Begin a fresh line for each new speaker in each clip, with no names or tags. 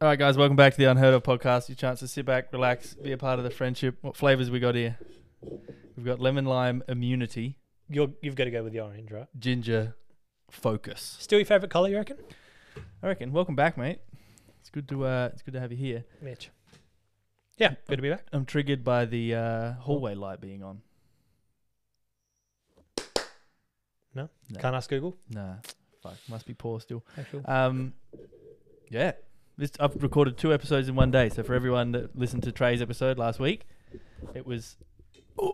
All right, guys, welcome back to the Unheard of podcast. Your chance to sit back, relax, be a part of the friendship. What flavors we got here? We've got lemon lime immunity,
You're, you've got to go with the orange, right?
ginger focus.
Still your favourite colour, you reckon?
I reckon. Welcome back, mate. It's good to uh, it's good to have you here.
Mitch. Yeah, good to be back.
I'm triggered by the uh, hallway light being on.
No?
No.
Can't ask Google.
Nah, fuck, must be poor still.
Actually.
Um, yeah, this I've recorded two episodes in one day. So for everyone that listened to Trey's episode last week, it was
We're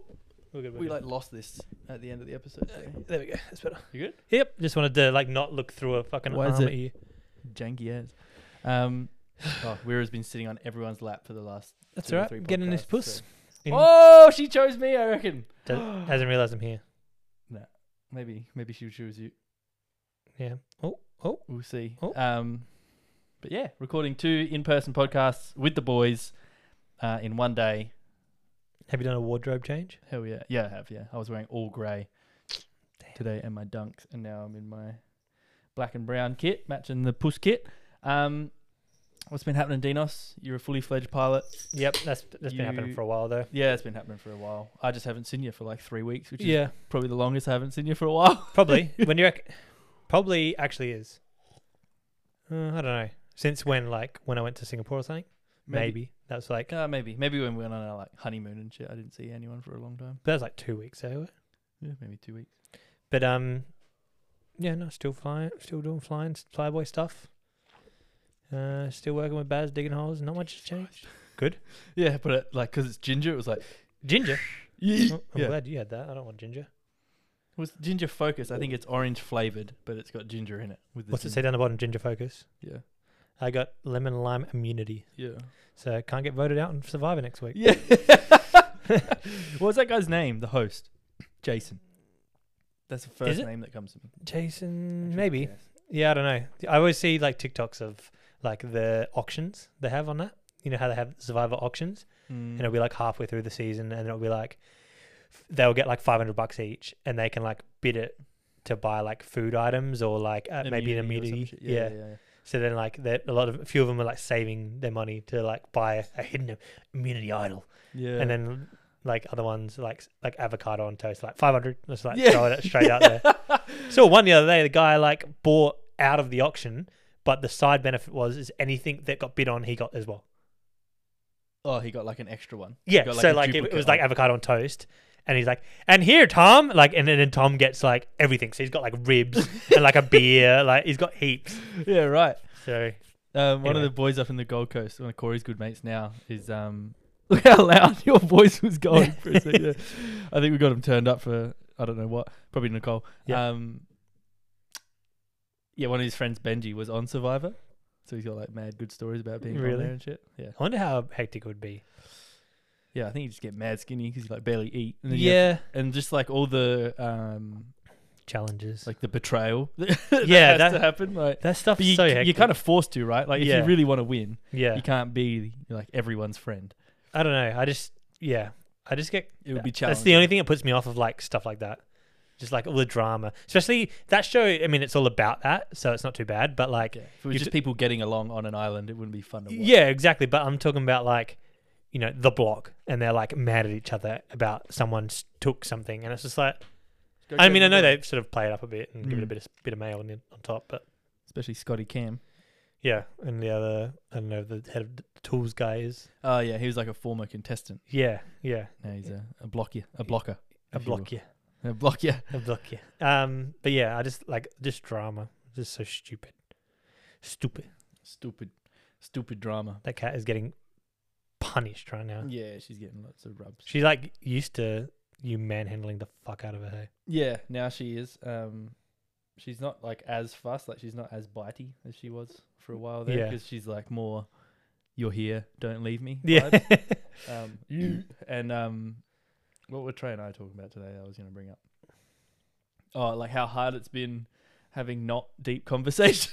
good, we're
we
good.
like eh? lost this at the end of the episode. Trey.
there we go. That's better.
You good?
Yep. Just wanted to like not look through a fucking
Why
arm
is
at
it-
you.
Janky as. Um, oh, Weira's been sitting on everyone's lap for the last.
That's
two or
all right.
three
I'm getting this
podcasts,
puss.
so-
In-
Oh, she chose me. I reckon.
Does- hasn't realised I'm here.
Maybe, maybe she'll choose you.
Yeah. Oh, oh.
We'll see.
Oh.
Um, but yeah, recording two in-person podcasts with the boys uh, in one day.
Have you done a wardrobe change?
Hell yeah, yeah, I have. Yeah, I was wearing all grey today and my dunks, and now I'm in my black and brown kit, matching the puss kit. Um, what's been happening, Dinos? You're a fully fledged pilot.
Yep. That's that's been happening
You-
for a while though.
Yeah, it's been happening for a while. I just haven't seen you for like three weeks, which is
Yeah.
probably the longest I haven't seen you for a while.
Probably. when you rec- probably actually is. Uh, I don't know. Since when? Like when I went to Singapore or something? Maybe. That's like
Uh, maybe, maybe when we went on our like honeymoon and shit, I didn't see anyone for a long time.
that was like two weeks ago.
Yeah, maybe two weeks.
But um, yeah, no, still flying, still doing flying s- flyboy stuff. Uh, still working with Baz, digging holes. Not much has changed. Good.
Yeah, but it, like because it's ginger, it was like
Ginger.
yeah.
Oh, I'm glad you had that. I don't want ginger.
It was ginger focus. I think it's orange flavored, but it's got ginger in it. With the
What's it say
ginger.
down the bottom? Ginger focus.
Yeah,
I got lemon lime immunity,
yeah.
so I can't get voted out and survivor next week.
Yeah. what was that guy's name? The host, Jason. That's the first
it?
name that comes to me.
Jason,
Actually,
maybe.
yes.
Yeah, I don't know. I always see like TikToks of like the auctions they have on that. You know how they have survivor auctions.
Mm.
and it'll be like halfway through the season and it'll be like f- they'll get like 500 bucks each and they can like bid it to buy like food items or like uh, maybe
Immunity
an
or some
immunity
shit.
yeah,
Yeah, yeah, yeah.
so then like that a lot of a few of them are like saving their money to like buy a hidden immunity idol
Yeah.
and then like other ones like s- like avocado on toast like 500 just like
Yeah.
throw it straight out there saw one the other day the guy like bought out of the auction but the side benefit was is anything that got bid on he got as well
oh, he got like an extra one.
Yeah,
got, like,
so
a
like it, it
duplicate
was like
of-
avocado on toast, and he's like, "And here, Tom!" Like, and then and Tom gets like everything. So he's got like ribs and like a beer. Like he's got heaps.
Yeah, right.
So
Um, one of
Anyway.
the boys up in the Gold Coast, one of Corey's good mates now, is um. Look how loud your voice was going for a second. there. I think we got him turned up for I don't know what, probably Nicole.
Yeah.
Um. Yeah, one of his friends Benji was on Survivor, so he's got like mad good stories about being on
Really?
there and shit. Yeah.
I wonder how hectic it would be.
Yeah, I think you just get mad skinny because you like barely eat. And then you have- and just like all the um
challenges. Like
like the betrayal. that
Yeah,
has
that-
to happen. Like
that stuff.
but you,
so hectic.
you're kind of forced to, right? Like if
Yeah.
you really want to win,
yeah.
you can't be like everyone's friend.
I don't know. I just yeah. I just get.
It would be challenging.
That's the only thing that puts me off of like stuff like that. Just like all the drama, especially that show. I mean, it's all about that, so it's not too bad. But like,
Yeah. If it was
You
just
d-
people getting along on an island, it wouldn't be fun to watch.
Yeah, exactly. But I'm talking about like, you know, the block, and they're like mad at each other about someone s- took something, and it's just like, I mean, I know they sort of play it up a bit and give it a
Mm.
bit of s- bit of mail on, the- on top, but
especially Scotty Cam.
yeah, and the other, I don't know, the head of the tools guy is,
Oh yeah, he was like a former contestant.
yeah, yeah,
Now he's a, a blocker, a blocker,
a
if you will.
block, yeah,
a blocker.
a block, yeah. Um, but yeah, I just like just drama, just so stupid, stupid.
Stupid, stupid drama.
That cat is getting punished right now.
Yeah, she's getting lots of rubs.
She's like used to you manhandling the fuck out of her. Hey?
Yeah, now she is. Um, she's not like as fussed, like she's not as bitey as she was for a while there,
Yeah.
because she's like more, "You're here, don't leave me."
Yeah,
vibe. um, and um, what were Trey and I talking about today? I was going to bring up. Oh, like how hard it's been having not deep conversations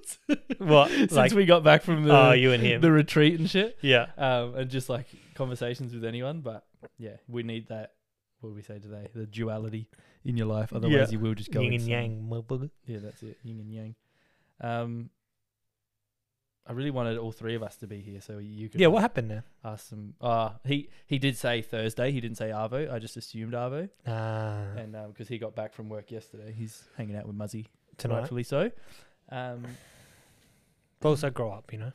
what?
since
like,
we got back from the
oh, you and him.
the retreat and shit,
yeah.
um, and just like conversations with anyone. But yeah, we need that. What did we say today? The duality in your life. Otherwise,
Yeah.
you will just go
Yin and
insane.
yang. motherfucker.
Yeah, that's it. Yin and yang. Um, I really wanted all three of us to be here so you could
Yeah, what happened there?
ask some. Uh, he he did say Thursday. He didn't say Arvo. I just assumed Arvo,
Ah,
and because he got back from work yesterday, he's hanging out with Muzzy,
tonight.
rightfully so. Um,
But also grow up, you know.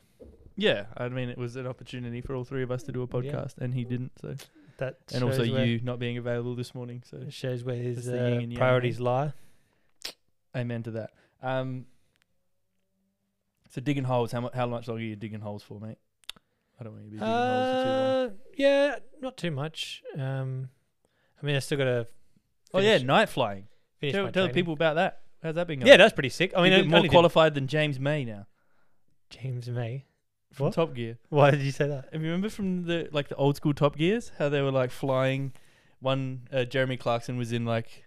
yeah, I mean it was an opportunity for all three of us to do a podcast, and he didn't. So,
That
and also
shows where-
you not being available this morning. So,
it shows where his
It's the yin
uh,
and yang,
priorities lie.
amen to that. Um, so digging holes. How much? How much longer are you digging holes for, mate? I don't want you to be digging holes for too long.
Uh, yeah, not too much. Um, I mean, I still got to.
Oh yeah, night flying.
finish
Tell,
my
tell the
training.
people about that. How's that been going?
Yeah, that's pretty sick. I mean,
You've
I
been more
only did-
qualified than James May now
James May.
from
What?
Top Gear.
Why did you say that?
And remember from the like the old school Top Gears, how they were like flying. One uh, Jeremy Clarkson was in like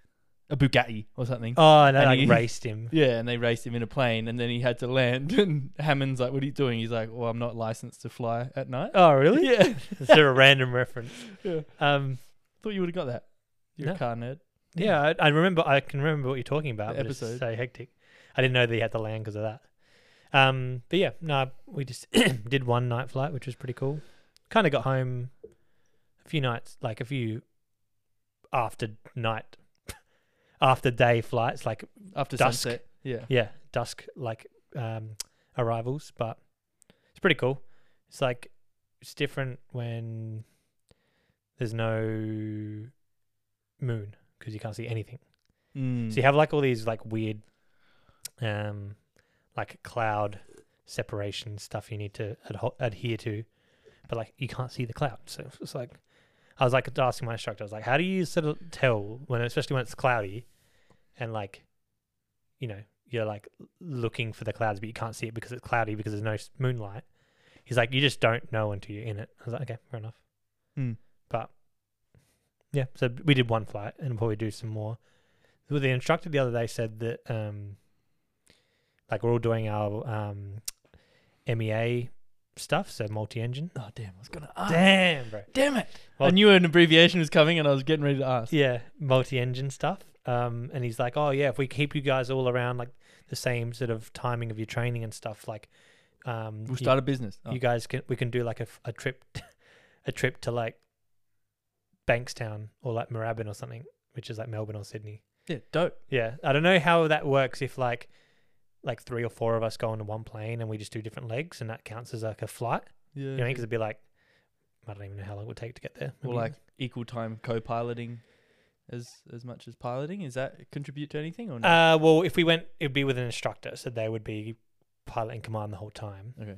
a Bugatti or something.
Oh, and I
And
like,
he-
raced him.
Yeah, and they raced him in a plane, and then he had to land. And Hammond's like, "What are you doing?" He's like, "Well, I'm not licensed to fly at night."
Oh, really?
Yeah.
It's sort of a random reference.
yeah.
Um,
Thought you would have got that. You're a
No.
car nerd.
yeah, I, I remember. I can remember what you're talking about.
The
But it's
episode.
so hectic. I didn't know that he had to land because of that. Um, but yeah, no, we just did one night flight, which was pretty cool. Kind of got home a few nights, like a few after night, after day flights, like
After
Dusk.
sunset. Yeah.
yeah, dusk like um, arrivals, but it's pretty cool. It's like it's different when there's no moon because you can't see anything.
Mm.
So you have like all these like weird, um, like cloud separation stuff you need to adho- adhere to, but like you can't see the cloud. So it's just like I was like asking my instructor, I was like, how do you sort of tell when, especially when it's cloudy, and like, you know, you're like looking for the clouds, but you can't see it because it's cloudy because there's no s- moonlight. He's like, you just don't know until you're in it. I was like, okay, fair enough.
Hmm.
But yeah, so we did one flight and we'll probably do some more. Well, the instructor the other day said that um, like we're all doing our um, MEA stuff, so multi-engine.
oh damn! I was gonna ask.
Damn, bro.
Damn it! I
Well-
knew an abbreviation was coming, and I was getting ready to ask.
Yeah, multi-engine stuff. Um, and he's like, oh yeah, if we keep you guys all around like the same sort of timing of your training and stuff, like um,
We'll
you-
start a business. Oh.
you, guys can we can do like a, f- a trip, a trip to like Bankstown or like Moorabbin or something, which is like Melbourne or Sydney.
yeah, dope.
Yeah, I don't know how that works if like like three or four of us go onto one plane and we just do different legs and that counts as like a flight.
Yeah.
You know, because it'd be like I don't even know how long it would take to get there.
or
Maybe-
like equal time co-piloting as as much as piloting is that contribute to anything or not?
uh, well, if we went, it'd be with an instructor, so they would be pilot in command the whole time.
okay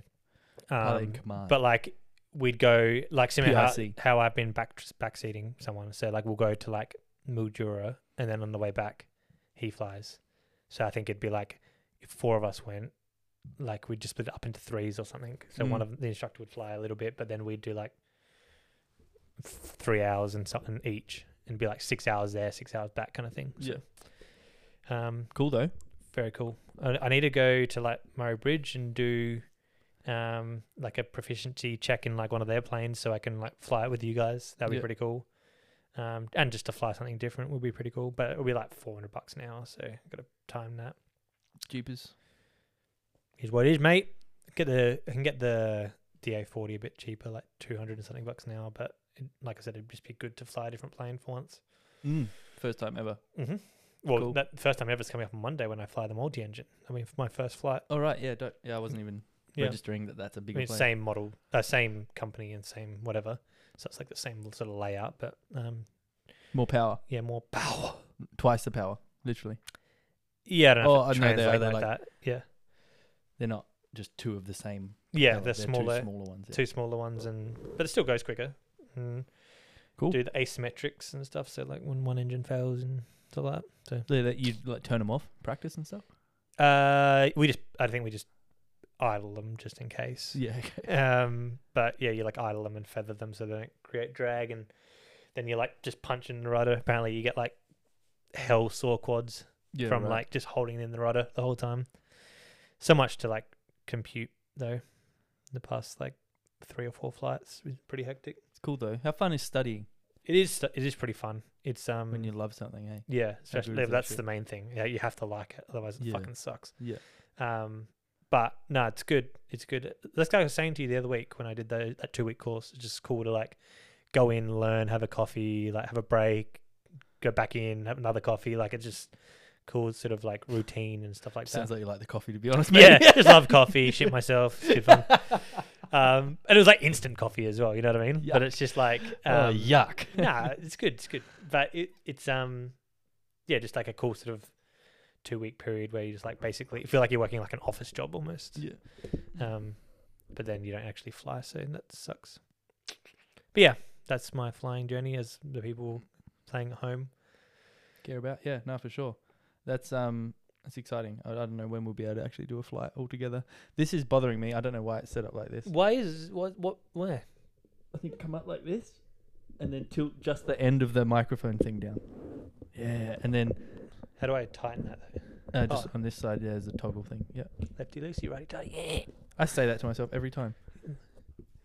pilot in
Um,
command
Uh, but like we'd go like similar how,
PIC.
how I've been back backseating someone. So like we'll go to like Mildura and then on the way back he flies. So I think it'd be like if four of us went, like we'd just split it up into threes or something. So one
Mm.
of the instructor would fly a little bit, but then we'd do like f- three hours and something each, and be like six hours there, six hours back, kind of thing. So,
yeah
um,
cool though
very cool. I, I need to go to like Murray Bridge and do um like a proficiency check in like one of their planes so I can like fly it with you guys. That'd be
Yeah.
pretty cool. Um and just to fly something different would be pretty cool. But it'll be like four hundred bucks an hour, so I've got to time that.
jeepers
Here's what it is, mate. Get the I can get the DA forty a bit cheaper, like two hundred and something bucks an hour, but it, like I said, it'd just be good to fly a different plane for once.
mm. first time ever
Mm-hmm. Well,
Cool.
that first time ever is coming up on Monday when I fly the multi engine. I mean, for my first flight.
all right yeah dope. yeah I wasn't even
Yeah.
registering that that's a
I
big
mean,
plane
same model, uh, same company, and same whatever. So it's like the same sort of layout, but um,
more power
yeah, more power.
twice the power literally
Yeah, I don't know.
Oh,
if it
I know they are,
translate
they're
like, that. Yeah,
they're not just two of the same
yeah,
power.
the
They're
smaller,
two smaller ones yeah.
two smaller ones, and but it still goes quicker. And
Cool.
Do the asymmetrics and stuff. So like when one engine fails and all that. So
They let you like turn them off practice and stuff
uh, we just, I think we just idle them just in case.
yeah okay.
Um, but yeah, you like idle them and feather them so they don't create drag, and then you like just punching the rudder. Apparently, you get like hell sore quads
yeah
from
right.
like just holding in the rudder the whole time. So much to like compute though. The past like three or four flights was pretty hectic.
it's cool though how fun is studying
It is st- it is pretty fun. It's um
when you love something hey
yeah, especially
with that
that's
shit.
the main thing. Yeah, you have to like it, otherwise it
Yeah.
fucking sucks.
Yeah.
Um, But no, it's good. It's good. That's like I was saying to you the other week when I did the, that two week course. It's just cool to like go in, learn, have a coffee, like have a break, go back in, have another coffee. Like it's just cool, sort of like routine and stuff like that.
Sounds like you like the coffee, to be honest.
yeah,
Mate.
just love coffee, shit myself. It's good fun. Um, and it was like instant coffee as well. You know what I mean? But
Yuck.
it's just like,
Oh,
um,
yuck.
nah, it's good. It's good. But it, it's um, yeah, just like a cool sort of two week period where you just like basically feel like you're working like an office job almost.
Yeah.
Um, but then you don't actually fly, so that sucks. But yeah, that's my flying journey. As the people playing at home,
Care about? Yeah, no, for sure. That's um, that's exciting. I, I don't know when we'll be able to actually do a flight altogether. This is bothering me. I don't know why it's set up like this.
why is what what where?
I think come up like this, and then tilt just the end of the microphone thing down. Yeah, and then
How do I tighten that? though?
uh, just
Oh.
on this side, yeah, there's a toggle thing. Yeah,
Lefty loosey, righty tight. Yeah.
I say that to myself every time.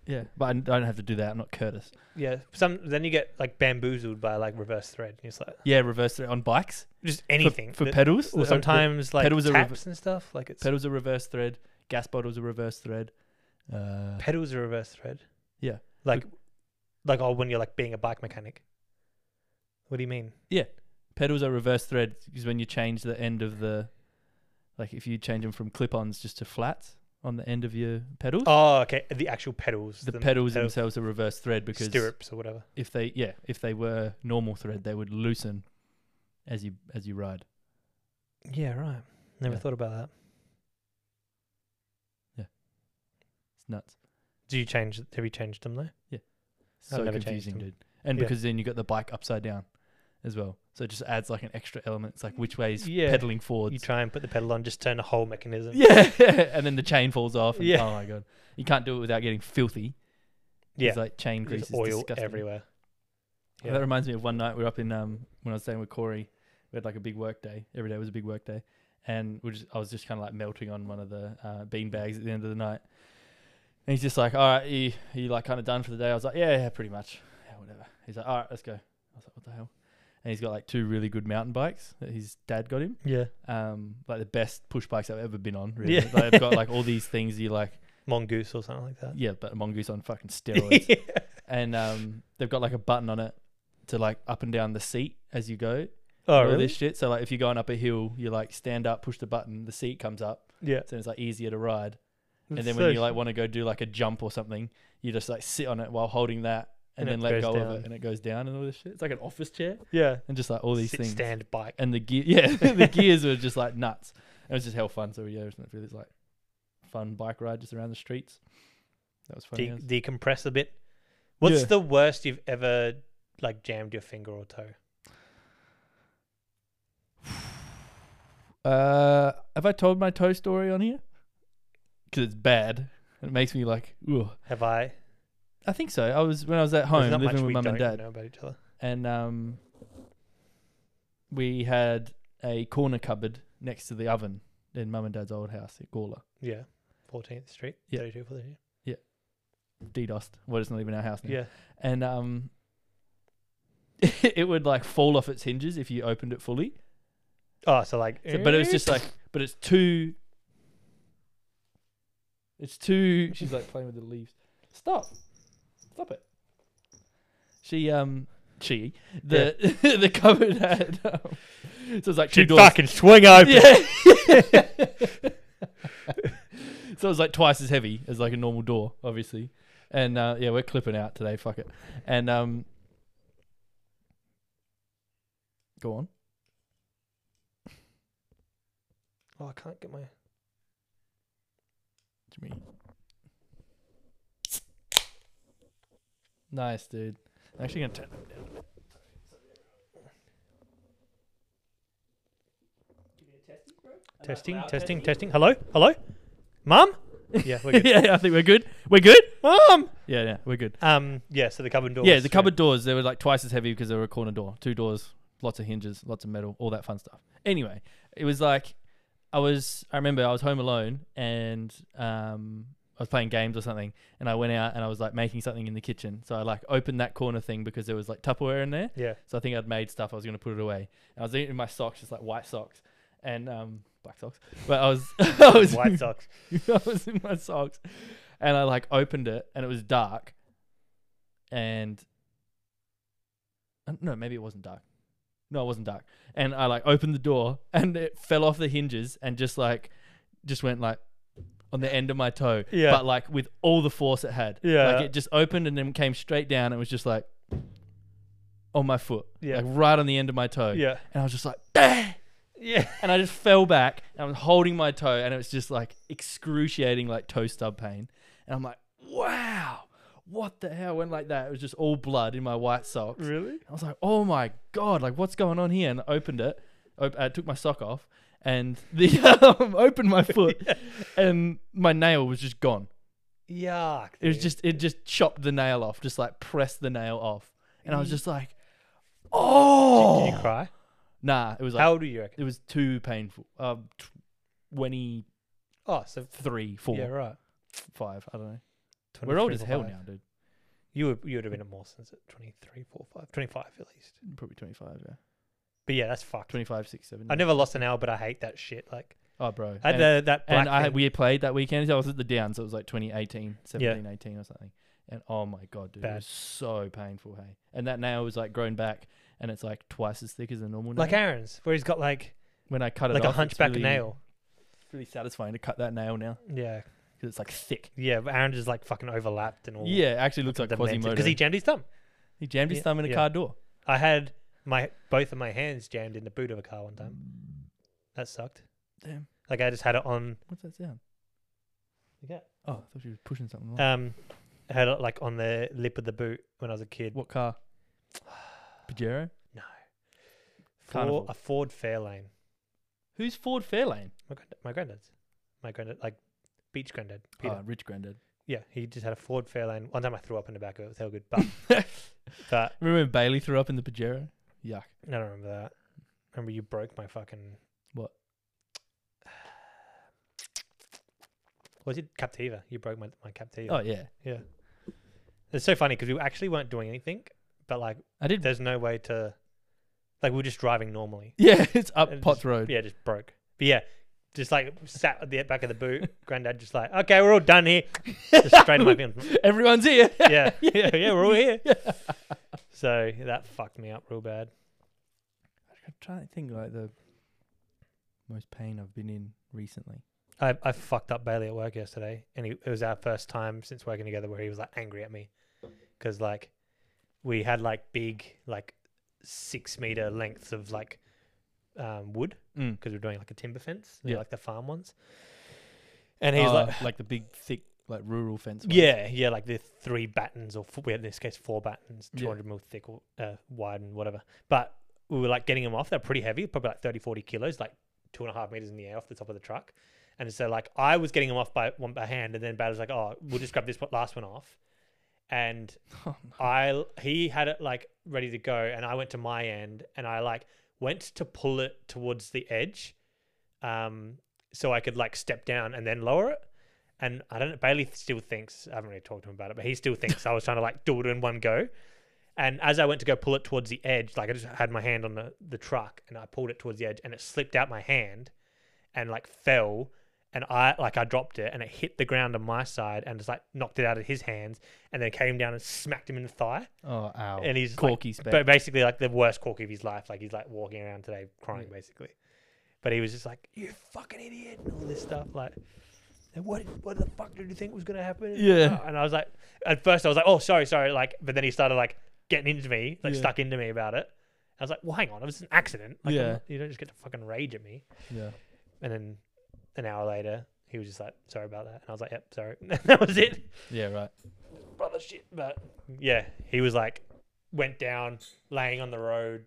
Yeah, but I, I don't have to do that. I'm not Curtis.
Yeah. Some then you get like bamboozled by like reverse thread. And it's like
Yeah, reverse it on bikes.
just
For-
anything
for,
that-
pedals.
Or
the- the-
sometimes like
pedals are rever-
taps and stuff. Like it's
Pedals are reverse thread. Gas bottles are reverse thread. Uh,
pedals are reverse thread.
Yeah.
Like, like oh, when you're like being a bike mechanic. What do you mean?
pedals are reverse thread is when you change the end of the, like if you change them from clip-ons just to flats on the end of your pedals.
Oh, okay. The actual pedals.
the pedals
pedal
themselves are reverse thread because
stirrups or whatever.
if they yeah if they were normal thread they would loosen as you as you ride.
Yeah. Right. Never
Yeah.
thought about that.
It's nuts.
Do you change? Have you changed them though? I've
So
never changed
confusing,
them.
dude. And
Yeah.
because then you got the bike upside down as well, so it just adds like an extra element. It's like which way's
Yeah.
pedaling
You
forwards.
try and put the pedal on, just turn the whole mechanism.
Yeah, and then the chain falls off. And,
Yeah.
Oh my god, you can't do it without getting filthy.
Yeah.
It's like chain
There's
grease. is
oil
disgusting.
everywhere.
Well, That reminds me of one night we were up in um when I was staying with Corey. We had like a big work day. Every day was a big work day, and we just I was just kind of like melting on one of the uh, bean bags at the end of the night. And he's just like, "All right, you you like kind of done for the day?" I was like, "Yeah, yeah, pretty much, yeah, whatever." He's like, "All right, let's go." I was like, "What the hell?" And he's got like two really good mountain bikes that his dad got him
Yeah.
um, like the best push bikes I've ever been on. Really,
Yeah.
like, they've got like all these things you like.
Mongoose or something like that.
Yeah, but mongoose on fucking steroids, and um, they've got like a button on it to like up and down the seat as you go. and
Oh,
all
really?
This shit. So like if you're going up a hill, you like stand up, push the button, the seat comes up,
yeah.
so it's like easier to ride. And then when you like want to go do like a jump or something, you just like sit on it while holding that. And, then
And it
let
goes
go of
down.
it, and it goes down, and all this shit. It's like an office chair,
yeah,
and just like all these
sit
things
stand bike.
and the gear, yeah, the gears were just like nuts. It was just hell fun. So yeah, it was really this like fun bike ride just around the streets. That was funny.
De-
as-
decompress a bit. What's
Yeah.
the worst you've ever like jammed your finger or toe?
Uh, have I told my toe story on here? Because it's bad. It makes me like, ugh.
Have I?
I think so. I was when I was at
There's
home
not much
living
we
with mum and
don't
dad,
Know about each other.
and um, we had a corner cupboard next to the oven in mum and dad's old house at Gawler.
Yeah, Fourteenth Street,
Yeah.
thirty-two, forty-two.
DDoSed. Well, it's not even our house now.
Yeah,
and um, it would like fall off its hinges if you opened it fully.
Oh, so like,
So- but it was just like, but it's too. It's too. She's like playing with the leaves. Stop! Stop it. She um she the the cupboard had um, so it was like two
She'd
doors.
fucking swing open.
Yeah. so it was like twice as heavy as like a normal door, obviously. And uh, yeah, we're clipping out today. Fuck it. And um, go on.
Oh, I can't get my.
Jimmy. Nice, dude. I'm actually gonna turn them down a bit.
Testing, testing, testing. Hello, hello, mum. Yeah, we're good.
yeah, I think we're good. We're good.
mum.
Yeah, yeah, we're good.
Um, yeah. So the cupboard door.
Yeah,
was
the
straight-
cupboard doors, they were like twice as heavy because they were a corner door. Two doors, lots of hinges, lots of metal, all that fun stuff. Anyway, it was like I was I remember I was home alone and um I was playing games or something and I went out and I was like making something in the kitchen. So I like opened that corner thing because there was like Tupperware in there.
Yeah.
So I think I'd made stuff, I was gonna put it away. And I was eating my socks, just like white socks. And um black socks. But I was, I was,
White socks.
I was in my socks, and I like opened it, and it was dark, and uh, no, maybe it wasn't dark. No, it wasn't dark. And I like opened the door, and it fell off the hinges, and just like, just went like on the end of my toe,
Yeah.
but like with all the force it had.
Yeah.
like it just opened and then came straight down. It was just like on my foot,
Yeah.
like right on the end of my toe.
Yeah.
and I was just like, bah!
Yeah.
and I just fell back and I was holding my toe and it was just like excruciating like toe stub pain. And I'm like, wow, what the hell? Went like that. It was just all blood in my white socks.
Really?
I was like, oh my god, like what's going on here? And I opened it. Op- I took my sock off and the um, opened my foot and my nail was just gone.
Yuck.
It was
dude.
just it just chopped the nail off, just like pressed the nail off. And I was just like, oh,
Mm. Did you cry?
nah. It was like
How old are you? Reckon?
it was too painful. Um, tw- 23,
Oh, so
4,
yeah, right.
5, I don't know. We're old as hell now, dude.
You would you would have been at Mawson's at 23, 4, 5, 25 at least.
Probably 25, yeah.
But yeah, that's fucked.
25, 6, 7.
I never lost an hour, but I hate that shit. Like
Oh, bro.
I
and
had the, that black
and I,
thing.
we played that weekend. I was at the Downs. It was like 2018, 17, 18 or something. And oh my God, dude. It
Bad.
was so painful, hey. And that nail was like grown back and it's like twice as thick as a normal nail.
like Aaron's, where he's got like
when I cut it
like
off,
a
it's
hunchback
really-
nail.
It's really satisfying to cut that nail now
Yeah,
because it's like thick.
yeah. But Aaron's is like fucking overlapped and all.
Yeah, it actually looks like Quasimodo.
because he jammed his thumb.
he jammed his
Yeah,
thumb in a
yeah.
car door.
I had my both of my hands jammed in the boot of a car one time. That sucked.
Damn.
Like I just had it on.
What's that sound?
Yeah.
Oh, I thought you were pushing something. off.
Um, I had it like on the lip of the boot when I was a kid.
What car? Pajero?
For
Carnival.
a Ford Fairlane.
Who's Ford Fairlane?
My granddad, my granddad's, my granddad, like beach granddad. Peter.
Oh, rich granddad.
Yeah, he just had a Ford Fairlane. One time I threw up in the back of it. It was hell good, but but
Remember when Bailey threw up in the Pajero? Yuck.
I don't remember that. Remember you broke my fucking
What?
Was it Captiva? You broke my my Captiva.
Oh yeah,
yeah. It's so funny because we actually weren't doing anything, but like
I did.
there's no way to, like we were just driving normally.
yeah, it's up
And
Potts Road.
Yeah, just broke. But yeah, just like sat at the back of the boot. Granddad just like, okay, we're all done here. Just straight in my bin.
Everyone's here.
Yeah, yeah, yeah, we're all here. So that fucked me up real bad.
I'm trying to think like the most pain I've been in recently.
I, I fucked up Bailey at work yesterday, and he, it was our first time since working together where he was like angry at me because like we had like big like six meter lengths of like um, wood
Mm.
because we are doing like a timber fence, you know,
Yeah. Uh,
like the farm ones. And he's like,
like the big thick like rural fence. ones.
Oh. yeah, yeah, like the three battens or four, we had in this case four battens,
Yeah.
two hundred mil thick or uh, wide and whatever. But we were like getting them off. They're pretty heavy, probably like 30, 40 kilos, like two and a half meters in the air off the top of the truck. And so like I was getting them off by one by hand, and then Bad was like, "Oh, we'll just grab this one- last one off." And
Oh,
I he had it like ready to go, and I went to my end, and I like went to pull it towards the edge, um, so I could like step down and then lower it. And I don't know, Bailey still thinks I haven't really talked to him about it, but he still thinks I was trying to like do it in one go. And as I went to go pull it towards the edge, like I just had my hand on the, the truck and I pulled it towards the edge and it slipped out my hand and like fell and I like I dropped it and it hit the ground on my side and just like knocked it out of his hands and then came down and smacked him in the thigh.
Oh, ow.
And he's like,
corky
but basically like the worst cork of his life. Like he's like walking around today crying
Yeah.
basically. But he was just like, You fucking idiot and all this stuff. Like "And what what the fuck did you think was gonna happen?
Yeah.
And I was like at first I was like, Oh sorry, sorry, like but then he started like getting into me, like
Yeah.
stuck into me about it. I was like, Well hang on, it was an accident. Like I'm
Yeah.
not- you don't just get to fucking rage at me.
Yeah.
And then an hour later he was just like, Sorry about that and I was like, Yep, sorry. And that was it
Yeah. Right.
brother shit, but yeah, he was like went down, laying on the road.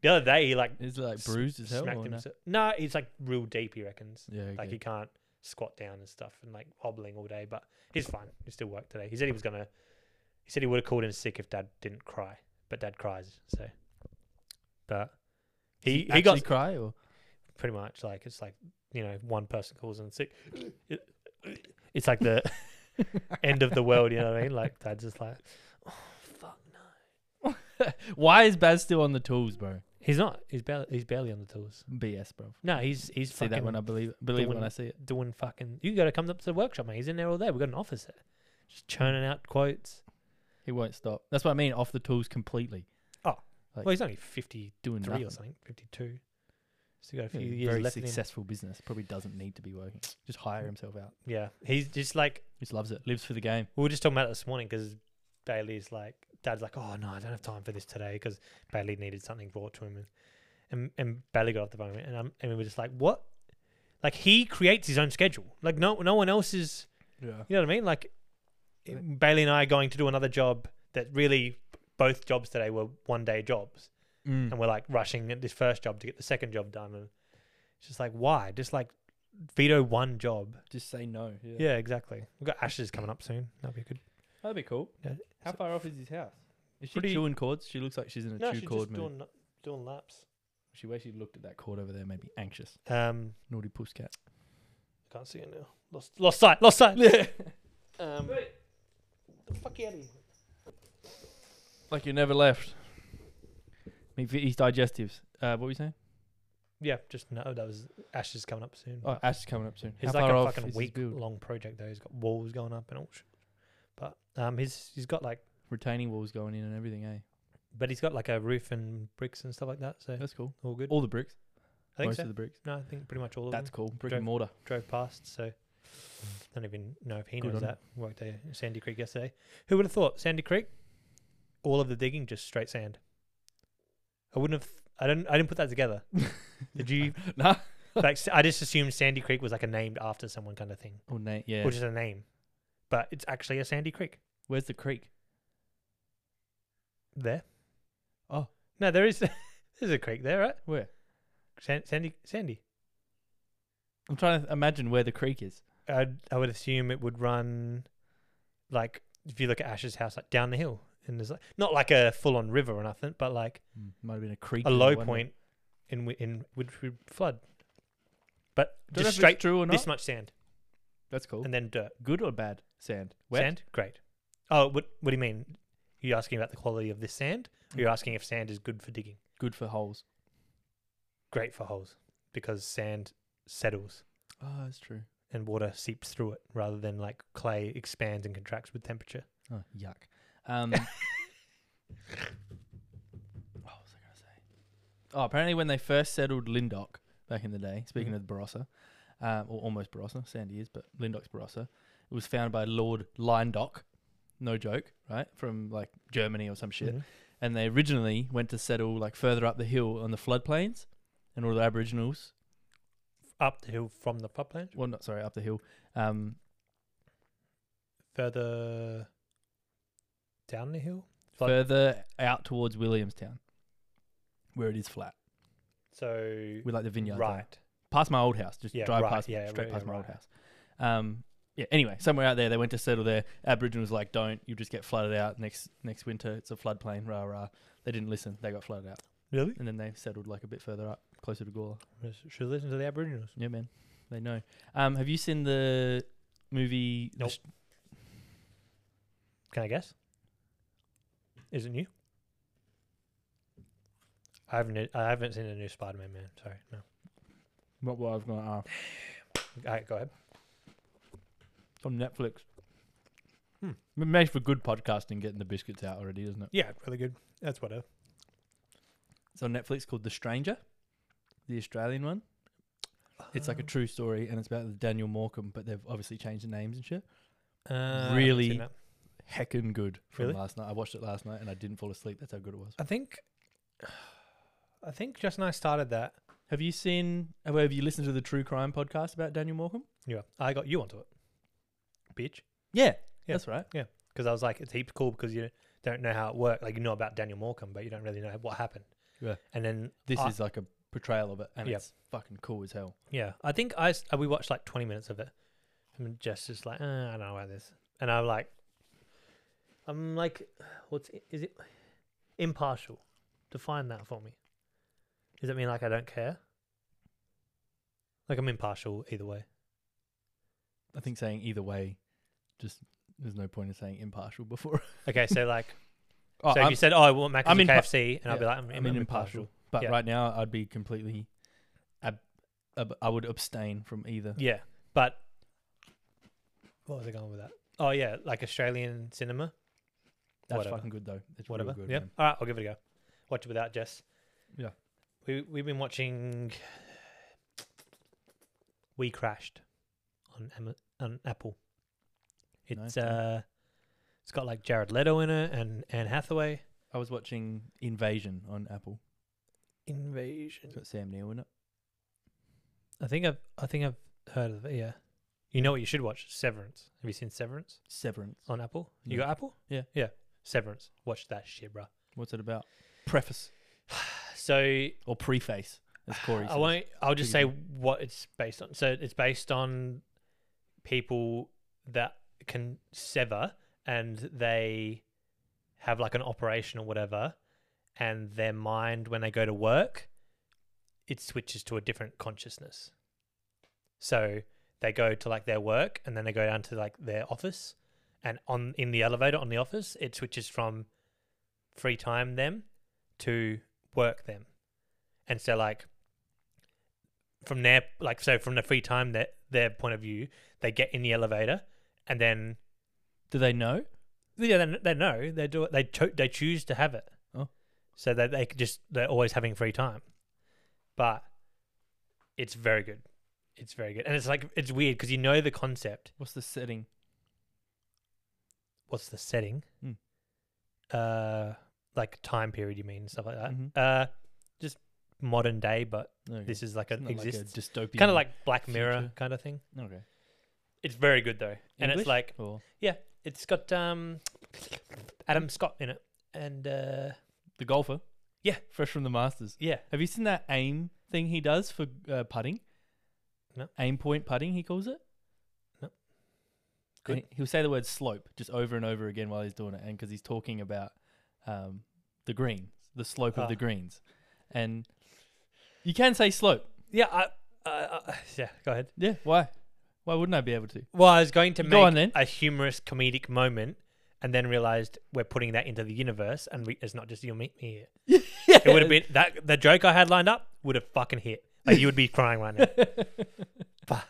the other day, he like
It's like
S-
bruised as hell.
smacked
Or no?
himself. No, he's like real deep. He reckons
Yeah.
like he
okay.
can't squat down and stuff and like hobbling all day, but he's fine. He still worked today. He said he was gonna. He said he would have called in sick if dad didn't cry, but dad cries, so. But
Does
he he
actually
got
cry or
pretty much like it's like you know one person calls in sick It- it's like the end of the world you know what i mean like oh, dad's just like
why is Baz still on the tools, bro?
He's not. He's barely, he's barely on the tours.
BS, bro.
No, he's he's
See
fucking
that when I believe believe it when
one-
I see it.
doing fucking. You got to come up to the workshop, mate. He's in there all day. We've got an office there, just churning out quotes.
He won't stop. That's what I mean. Off the tools completely, Like,
well, he's only fifty
doing
three
nothing.
or something, fifty two. Still got a
Yeah,
few years
very
left. in him.
successful business. Probably doesn't need to be working. Just hire himself out.
Yeah, he's just like
Just loves it. Lives for the game.
we were just talking about it this morning because Bailey's like dad's like, oh no, I don't have time for this today because Bailey needed something brought to him, and and, and Bailey got off the phone and I'm, and we were just like, what? Like he creates his own schedule. Like no no one else is.
Yeah.
You know what I mean? Like it- Bailey and I are going to do another job that really both jobs today were one day jobs,
Mm.
and we're like rushing at this first job to get the second job done, and it's just like why? Just like veto one job.
Just say no. Yeah.
Yeah, exactly. We've got Ashes coming up soon. That'd be good.
That'd be cool.
Yeah.
How
So-
far off is his house? Is she
Pretty-
chewing cords? She looks like she's in a
No,
chew
she's
cord
just
mood.
doing, doing laps.
She way she looked at that cord over there made me anxious.
Um,
Naughty pusscat.
I can't see it now. Lost, lost sight. Lost sight. um, the fuck out of here.
Like you never left. Me for East digestives. Uh, what were you saying?
Yeah, just no. That was Ashes coming up soon.
Oh, Ash is coming up soon.
He's
How
like
far
a
off
fucking
is his
week
build?
long project though. He's got walls going up and all. sh- But um, he's he's got like,
Retaining walls going in and everything, eh?
but he's got like a roof and bricks and stuff like that. So
That's cool.
all good.
All the bricks.
I think
Most
so.
of the bricks.
no, I think pretty much all of
That's
them
cool. Brick
Don't-
and mortar.
drove past. So don't even know if he
Mm. Good
knows
on him.
that. Worked at Sandy Creek yesterday. Who would have thought Sandy Creek? All of the digging just straight sand. I wouldn't have. I don't. I didn't put that together. Did you?
Nah.
like I just assumed Sandy Creek was like a named after someone kind of thing,
Oh, na- yeah.
or just a name, but it's actually a Sandy Creek.
Where's the creek?
There.
Oh.
No, there is there's a creek there, right?
Where?
San, Sandy Sandy.
I'm trying to imagine where the creek is.
I'd, I would assume it would run like if you look at Ash's house like down the hill and there's like not like a full on river or nothing, but like
Might have been a creek.
Hmm. a
in
low
one-
point in wi- in which would flood. But
Don't know if it's
just straight
true or not.
this much sand
That's cool.
and then dirt.
Good or bad sand? Wet?
Sand? Great. Oh, what what do you mean? You're asking about the quality of this sand? Or you're asking if sand is good for digging?
Good for holes.
Great for holes because sand settles.
Oh, that's true.
and water seeps through it rather than like clay expands and contracts with temperature.
Oh, yuck. Um, what was I going to say? Oh, apparently when they first settled Lindoc back in the day, speaking
Mhm.
of Barossa, um, or almost Barossa, Sandy is, but Lindoc's Barossa, it was founded by Lord Lindoc, no joke, right? From like Germany or some shit.
Mhm.
And they originally went to settle like further up the hill on the floodplains and all the Aboriginals
Up the hill from the floodplain,
well, not sorry, up the hill. Um,
further down the hill. Flood-
further out towards Williamstown, where it is flat,
So
with like the vineyard. there.
right.
past my old house, just
Yeah,
drive
right,
past,
yeah,
straight
right,
past
yeah,
my old
right.
house. Um, yeah. Anyway, somewhere out there, they went to settle there. Aboriginals like, don't, you just get flooded out next next winter. It's a floodplain, rah rah. They didn't listen. They got flooded out,
Really?
and then they settled like a bit further up, closer to Gawler.
Should listen to the Aboriginals.
Yeah, man, they know. Um, have you seen the movie? The
Nope.
Sh-
Can I guess? Is it new? I haven't. e, I haven't seen the new Spider-Man. Man, sorry. No.
Not what uh, I was going to ask.
All right, go ahead.
From Netflix.
Hmm.
It makes for good podcasting, getting the biscuits out already, doesn't it?
Yeah, really good. That's what. I,
It's on Netflix called The Stranger, the Australian one. It's like a true story, and it's about the Daniel Morecambe, but they've obviously changed the names and shit.
Uh, I haven't
really-
seen that.
Heckin' good from
Really?
last night. I watched it last night and I didn't fall asleep. That's how good it was.
I think. I think just and I started that.
Have you seen? Have have you listened to the true crime podcast about Daniel Morecambe?
Yeah, I got you onto it, bitch.
Yeah,
Yeah.
that's right.
Because I was like, it's heaps cool because you don't know how it worked. Like you know about Daniel Morecambe, but you don't really know what happened.
Yeah.
And then
This
I-
is like a portrayal of it, and
Yeah.
it's fucking cool as hell.
yeah, I think I s- uh, we watched like twenty minutes of it, and Jess is like, uh, I don't know about this, and I'm like, I'm like, what's i- is it? Impartial. Define that for me. Does it mean like I don't care? Like I'm impartial either way.
I think saying either way, just there's no point in saying impartial before.
Okay, so like,
Oh,
so if
I'm,
you said, "Oh, I want Mac
I'm
and
impar-
KFC," and I'll be
yeah,
like, "I'm,
I
I'm
mean
impartial."
impartial, But
Yeah.
right now, I'd be completely. Ab- ab- I would abstain from either.
Yeah, but what was I going with that? Oh yeah, like Australian cinema.
That's
whatever.
fucking good though. It's real
whatever.
Good,
yeah.
man.
All right, I'll give it a go. Watch it without Jess.
Yeah.
We we've been watching. We crashed, on Ama- on Apple. It's
Nice, yeah.
uh, it's got like Jared Leto in it and Anne Hathaway.
I was watching Invasion on Apple.
Invasion.
It's got Sam Neill in it.
I think I've I think I've heard of it. Yeah. You know what you should watch? Severance. Have you seen Severance
Severance.
on Apple? You
No.
got Apple?
Yeah.
Yeah. Severance. Watch that shit, bruh.
What's it about? Preface
So
or preface, as Corey
I
says.
won't. I'll just
Who
say
you
what it's based on. So it's based on people that can sever, and they have like an operation or whatever, and their mind when they go to work, it switches to a different consciousness. So they go to like their work, and then they go down to like their office, and on in the elevator on the office, it switches from free time them to work them, and so like from their like so from the free time that their point of view they get in the elevator and then
Do they know?
yeah they, they know they do it they cho- they choose to have it
Oh.
so that they could just they're always having free time but it's very good it's very good and it's like it's weird because you know the concept
What's the setting?
what's the setting
Hmm.
uh like time period you mean and stuff like that
Mhm.
uh just modern day but
Okay.
this is like
Isn't
an
that
exists
like a dystopian.
kind of like black mirror
future?
kind of thing
okay.
it's very good though and it's
English?
like
Or
It's got um, Adam Scott in it, and uh,
the golfer.
Yeah.
fresh from the Masters.
yeah,
Have you seen that aim thing he does for uh, putting?
No.
Aim point putting, he calls it.
No.
Good.
Good.
he'll say the word slope just over and over again while he's doing it, and because he's talking about um, the greens, the slope of the
Ah.
greens, and you can say slope.
yeah, I, uh, uh, yeah. Go ahead.
Yeah. Why? Why wouldn't I be able to?
Well, I was going to
Go
make
on then.
a humorous comedic moment, and then realized we're putting that into the universe, and we, it's not just you, me, me. It would have been that the joke I had lined up would have fucking hit. Like you would be crying right now. but,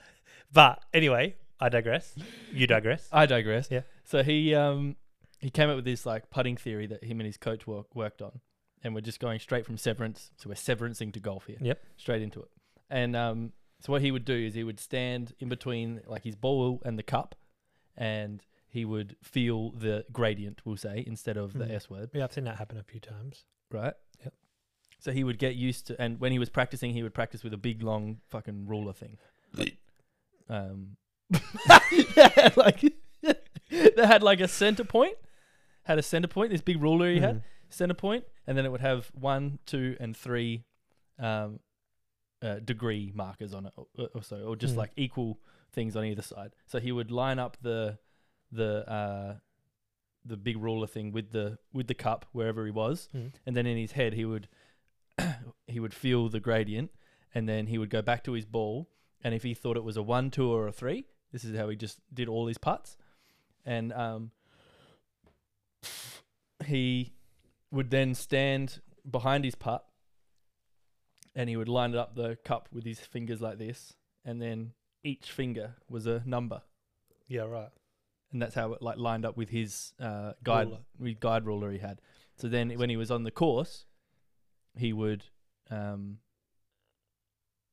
but anyway, I digress. You digress.
I digress.
Yeah.
So he um he came up with this like putting theory that him and his coach work, worked on, and we're just going straight from severance. So we're severancing to golf here.
Yep.
Straight into it. And um, so what he would do is he would stand in between like his ball and the cup, and he would feel the gradient, we'll say, instead of
Mhm.
the S word,
Yeah, I've seen that happen a few times.
right?
Yep.
So he would get used to, and when he was practicing, he would practice with a big long fucking ruler thing. um, yeah, like that had like a center point, had a center point. This big ruler he had
Mm-hmm.
center point, and then it would have one, two, and three um, uh, degree markers on it, or, or so, or just
Mm.
like equal things on either side. So he would line up the the uh, the big ruler thing with the with the cup wherever he was,
Mm.
and then in his head he would he would feel the gradient, and then he would go back to his ball, and if he thought it was a one, two, or a three, this is how he just did all his putts, and um, he would then stand behind his putt and he would line up the cup with his fingers like this and then each finger was a number
Yeah, right.
and that's how it like lined up with his uh, guide
Ruler.
with guide ruler he had so then when he was on the course he would um,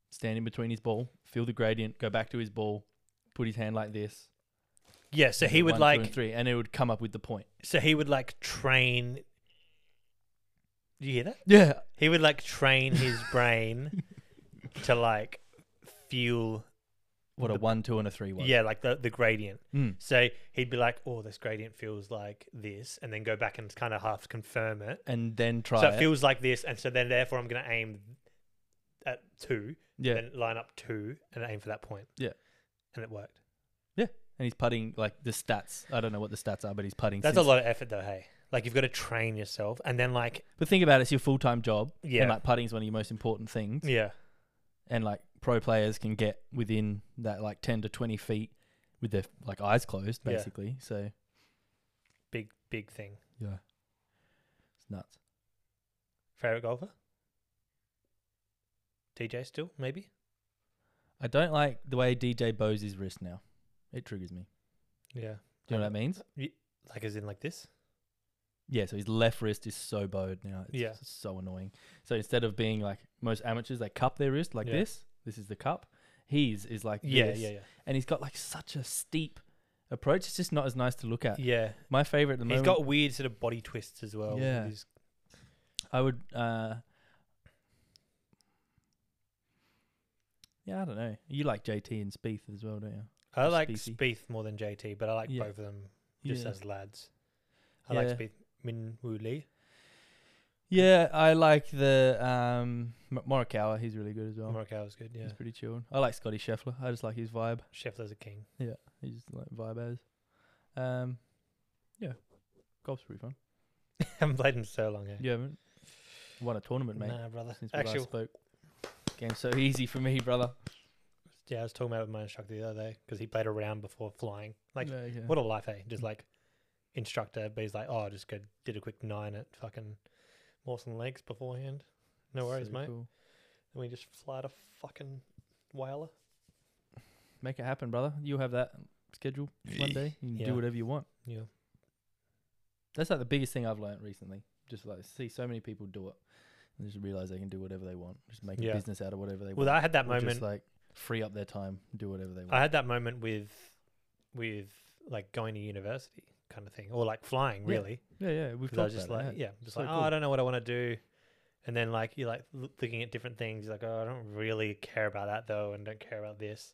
stand in between his ball feel the gradient go back to his ball put his hand like this
Yeah, so
and
he
do
would
one, two,
like
and three and it would come up with the point
so he would like train. Do you hear that?
yeah
He would like train his brain to like feel
what a
The-
one two and a three was
yeah, like the, the gradient.
Mm.
So he'd be like, Oh, this gradient feels like this and then go back and kind of half confirm it.
and then try
so
it.
it feels like this and so then therefore I'm gonna aim at two,
yeah
then line up two and aim for that point.
Yeah.
And it worked.
and he's putting like the stats. I don't know what the stats are, but he's putting.
That's a
since-
lot of effort though, hey. Like you've got to train yourself and then like
But think about it, it's your full time job.
Yeah.
And like putting is one of your most important things.
Yeah.
And like pro players can get within that like 10 to 20 feet with their like eyes closed,
Yeah.
basically. So,
Big big thing.
yeah. It's nuts.
Favorite golfer? DJ still, maybe.
I don't like the way DJ bows his wrist now. It triggers me.
Yeah.
Do you know what that means?
Like as in like this.
Yeah, so his left wrist is so bowed now. It's
Yeah.
just so annoying. So instead of being like most amateurs, they cup their wrist like
Yeah.
this. This is the cup. He's is like
Yeah,
this.
yeah, yeah.
And he's got like such a steep approach. It's just not as nice to look at.
Yeah.
My favorite at the
He's
moment.
got weird sort of body twists as well. with
Yeah.
his-
I would. uh Yeah, I don't know. You like JT and Spieth as well, don't you?
I like
Spiethy.
Spieth more than JT, but I like
Yeah.
both of them just
yeah.
as lads. I like
Yeah.
Spieth Min Woo Lee.
Yeah, I like the um M- Morikawa. He's really good as well.
Morikawa's good, yeah.
Oh. He's pretty chilled. I like Scotty Scheffler. I just like his vibe.
Scheffler's a king.
He's like vibe as. Um, yeah, golf's pretty fun.
haven't played in so long, eh?
You haven't won a tournament, mate,
Nah, brother.
since we
Actually,
last spoke. Game's so easy for me, brother.
yeah, I was talking about it with my instructor the other day because he played a round before flying. Like,
Yeah, yeah. Mm.
what a life, eh? Just like instructor, but he's like, oh, I just go did a quick nine at fucking Mawson Lakes beforehand. No worries,
So
mate.
cool.
And we just fly to fucking Whaler.
Make it happen, brother. You have that schedule one day. You can
Yeah.
do whatever you want.
Yeah.
That's like the biggest thing I've learned recently. Just like see so many people do it, and just realize they can do whatever they want. Just make
Yeah.
a business out of whatever they
Well,
want.
I had that
Or
moment.
just like free up their time, do whatever they want.
I had that moment with, with like going to university kind of thing, or like flying,
Yeah.
really.
yeah, yeah. We've
Because I
talked
was just
about
like,
it,
yeah, just
So
like,
cool.
oh, I don't know what I want to do. And then like you're like loo- looking at different things, you're like, oh, I don't really care about that though, and don't care about this.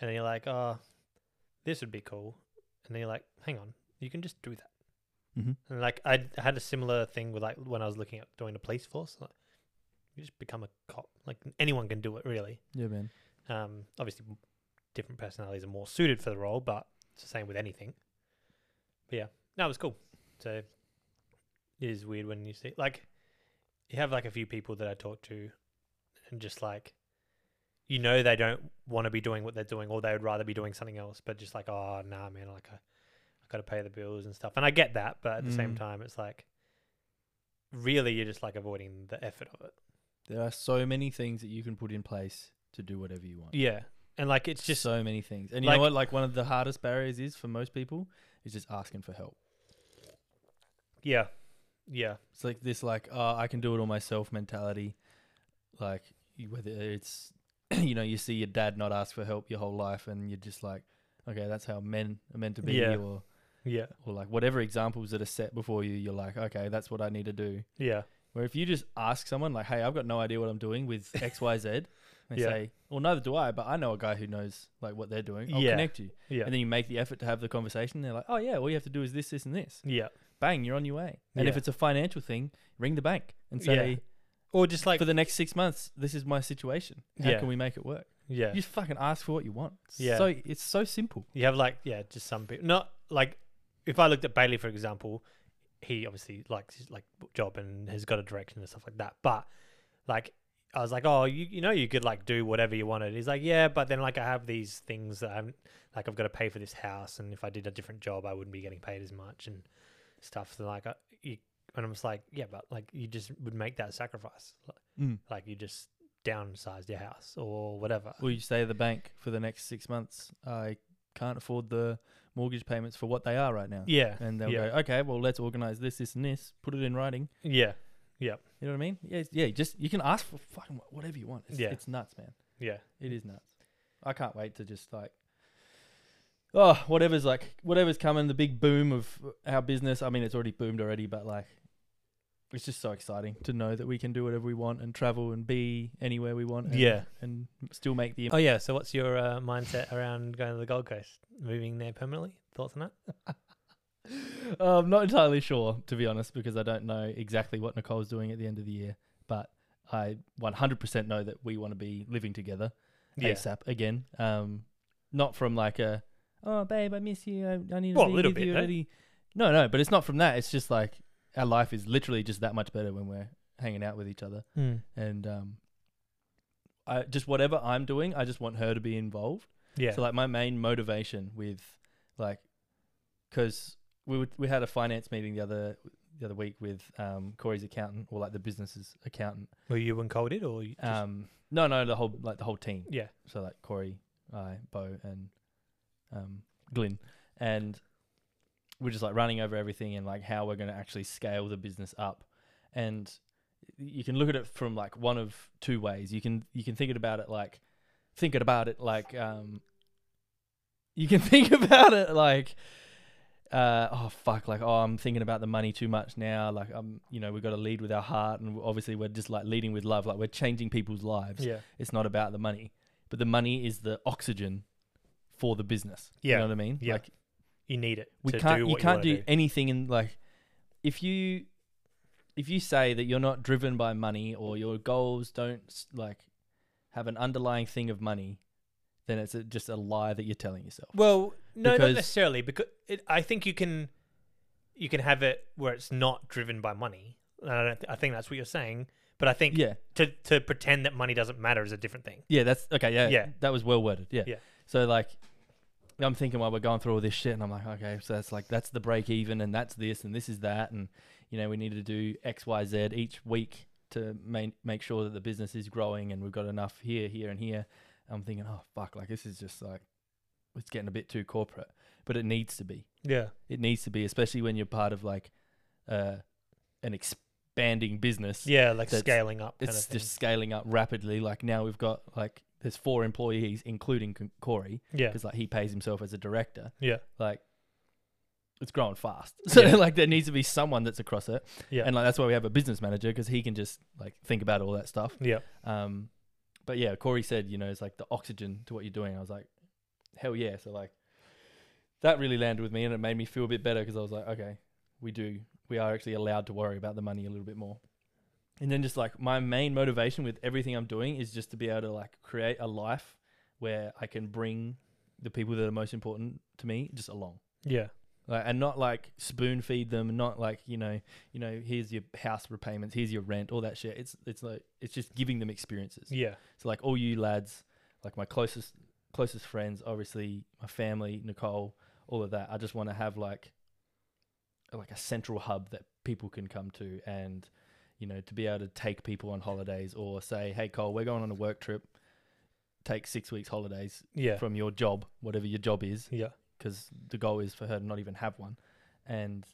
And then you're like, oh, this would be cool. And then you're like, hang on, you can just do that.
Mm-hmm.
And like I d- had a similar thing with like when I was looking at doing the police force, like you just become a cop. Like anyone can do it really.
Yeah, man.
Um, obviously m- different personalities are more suited for the role, but it's the same with anything. But yeah, no, it was cool. So it is weird when you see like you have like a few people that I talk to, and just like you know they don't want to be doing what they're doing, or they would rather be doing something else, but just like oh nah man, like I, I got to pay the bills and stuff, and I get that, but at the same
Mm.
time it's like really you're just like avoiding the effort of it.
There are so many things that you can put in place to do whatever you want.
Yeah, and like it's just
so many things. And you
like-
know what? Like one of the hardest barriers is for most people is just asking for help.
yeah, yeah.
It's like this, like oh, I can do it all myself mentality. Like you- whether it's you know you see your dad not ask for help your whole life, and you're just like, okay, that's how men are meant to be,
Yeah.
or
Yeah,
or like whatever examples that are set before you, you're like, okay, that's what I need to do.
yeah,
Where if you just ask someone, like, hey, I've got no idea what I'm doing with X, Y, Z, and they
Yeah.
say, well, neither do I, but I know a guy who knows like what they're doing. I'll
Yeah.
connect you.
yeah,
And then you make the effort to have the conversation. They're like, oh, yeah, all you have to do is this, this, and this.
yeah.
Bang, you're on your way. And if
Yeah.
it's a financial thing, ring the bank and
Yeah.
say,
Or just like
for the next six months, this is my situation. How
Yeah.
can we make it work?
yeah,
You just fucking ask for what you want. It's
Yeah.
So it's so simple.
You have like yeah, just some people. Not like if I looked at Bailey for example, he obviously likes his, like job and has got a direction and stuff like that. But like I was like, oh, you you know you could like do whatever you wanted. He's like, yeah, but then like I have these things that I'm like I've got to pay for this house, and if I did a different job, I wouldn't be getting paid as much and stuff. So like I, you, and I'm just like, yeah, but like you just would make that sacrifice, like,
Mm.
like you just downsized your house or whatever.
Or you stay at the bank for the next six months. I can't afford the mortgage payments for what they are right now.
Yeah,
And they'll
yeah,
go, okay, well, let's organize this, this, and this. Put it in writing.
yeah,
You know what I mean? Yeah, it's- yeah. Just you can ask for fucking wha- whatever you want. It's,
Yeah.
it's nuts, man.
yeah.
It is nuts. I can't wait to just like, oh, whatever's like, whatever's coming. The big boom of our business. I mean, it's already boomed already, but like, it's just so exciting to know that we can do whatever we want and travel and be anywhere we want. And,
Yeah.
and still make the.
Oh yeah. So what's your uh, mindset around going to the Gold Coast, moving there permanently? Thoughts on that?
Uh, I'm not entirely sure, to be honest, because I don't know exactly what Nicole's doing at the end of the year. But I 100% know that we want to be living together ASAP again. Um, not from like a, oh babe, I miss you. I, I need to
Well, a
be
little
with
bit,
you.
eh?
already." No, no, but it's not from that. It's just like our life is literally just that much better when we're hanging out with each other.
Mm.
And um, I just whatever I'm doing, I just want her to be involved.
Yeah.
So like my main motivation with like, because we would, we had a finance meeting the other the other week with um, Corey's accountant or like the business's accountant.
Were you and Cole did, or you just,
Um, no, no, the whole like the whole team.
yeah,
So like Corey, I, Bo, and um, Glyn, and we're just like running over everything and like how we're going to actually scale the business up. And you can look at it from like one of two ways. You can you can think it about it like think it about it like um, you can think about it like. Uh, oh fuck! Like, oh, I'm thinking about the money too much now. Like, um, you know, we've got to lead with our heart, and obviously, we're just like leading with love. Like, we're changing people's lives
yeah,
it's not about the money, but the money is the oxygen for the business.
Yeah.
You know what I mean?
Yeah.
Like
you need it.
we
to
can't
do
you
what
can't
wanna
do, anything in like if you if you say that you're not driven by money or your goals don't s- like have an underlying thing of money, then it's a, just a lie that you're telling yourself.
Well, no, not
Because-
necessarily. Because it, I think you can, you can have it where it's not driven by money. And I don't. Th- I think that's what you're saying. But I think
Yeah.
to to pretend that money doesn't matter is a different thing.
Yeah, that's okay. Yeah,
Yeah.
that was well worded. Yeah,
Yeah.
So like, I'm thinking while we're going through all this shit, and I'm like, okay, so that's like that's the break even, and that's this, and this is that, and you know we need to do X, Y, Z each week to main, make sure that the business is growing, and we've got enough here, here, and here. I'm thinking, oh fuck, like this is just like it's getting a bit too corporate, but it needs to be.
Yeah.
It needs to be, especially when you're part of like uh, an expanding business
Yeah, like
That's-
scaling up. Kind
it's
of thing.
just scaling up rapidly. Like now we've got like there's four employees, including C- Corey,
yeah,
because like he pays himself as a director.
yeah,
Like it's growing fast, so
Yeah.
like there needs to be someone that's across it.
Yeah.
and like that's why we have a business manager because he can just like think about all that stuff.
yeah,
Um, but yeah, Corey said you know it's like the oxygen to what you're doing. I was like, hell yeah. So like that really landed with me, and it made me feel a bit better because I was like, okay, we do, we are actually allowed to worry about the money a little bit more. And then just like my main motivation with everything I'm doing is just to be able to like create a life where I can bring the people that are most important to me just along.
yeah,
Like, and not like spoon feed them, not like you know, you know, here's your house repayments, here's your rent, all that shit. It's it's like it's just giving them experiences.
yeah,
So like all you lads, like my closest closest friends, obviously my family, Nicole, all of that. I just want to have like like a central hub that people can come to and you know to be able to take people on holidays or say, hey Cole, we're going on a work trip. Take six weeks holidays
yeah,
from your job, whatever your job is,
yeah,
because the goal is for her to not even have one. And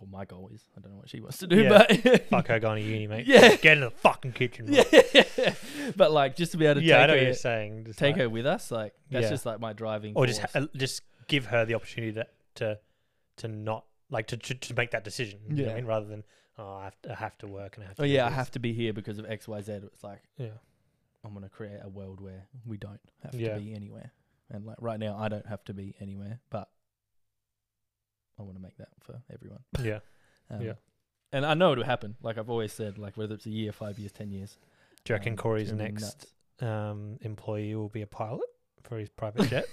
well, my goal is I don't know what she wants to do,
Yeah.
but
Fuck her going to uni, mate.
Yeah.
get into the fucking kitchen. Yeah,
yeah, but like just to be able to
yeah I
take
know what
her,
you're saying. Just
take
like-
her with us. Like that's
Yeah.
just like my driving.
or just
force.
ha- uh, just give her the opportunity to to, to not like to, to to make that decision. You know what I
Yeah.
mean? Rather than oh, I have to, I have to work and I have to.
oh
do
yeah, I
this."
have to be here because of X Y Z. It's like
Yeah,
I'm gonna create a world where we don't have
Yeah.
to be anywhere. And like right now, I don't have to be anywhere, but I want to make that for everyone.
yeah,
Um,
Yeah.
And I know it'll happen. Like I've always said, like whether it's a year, five years, ten years.
Do you reckon
um,
Corey's
it'll be
next
nuts.
um, employee will be a pilot for his private jet?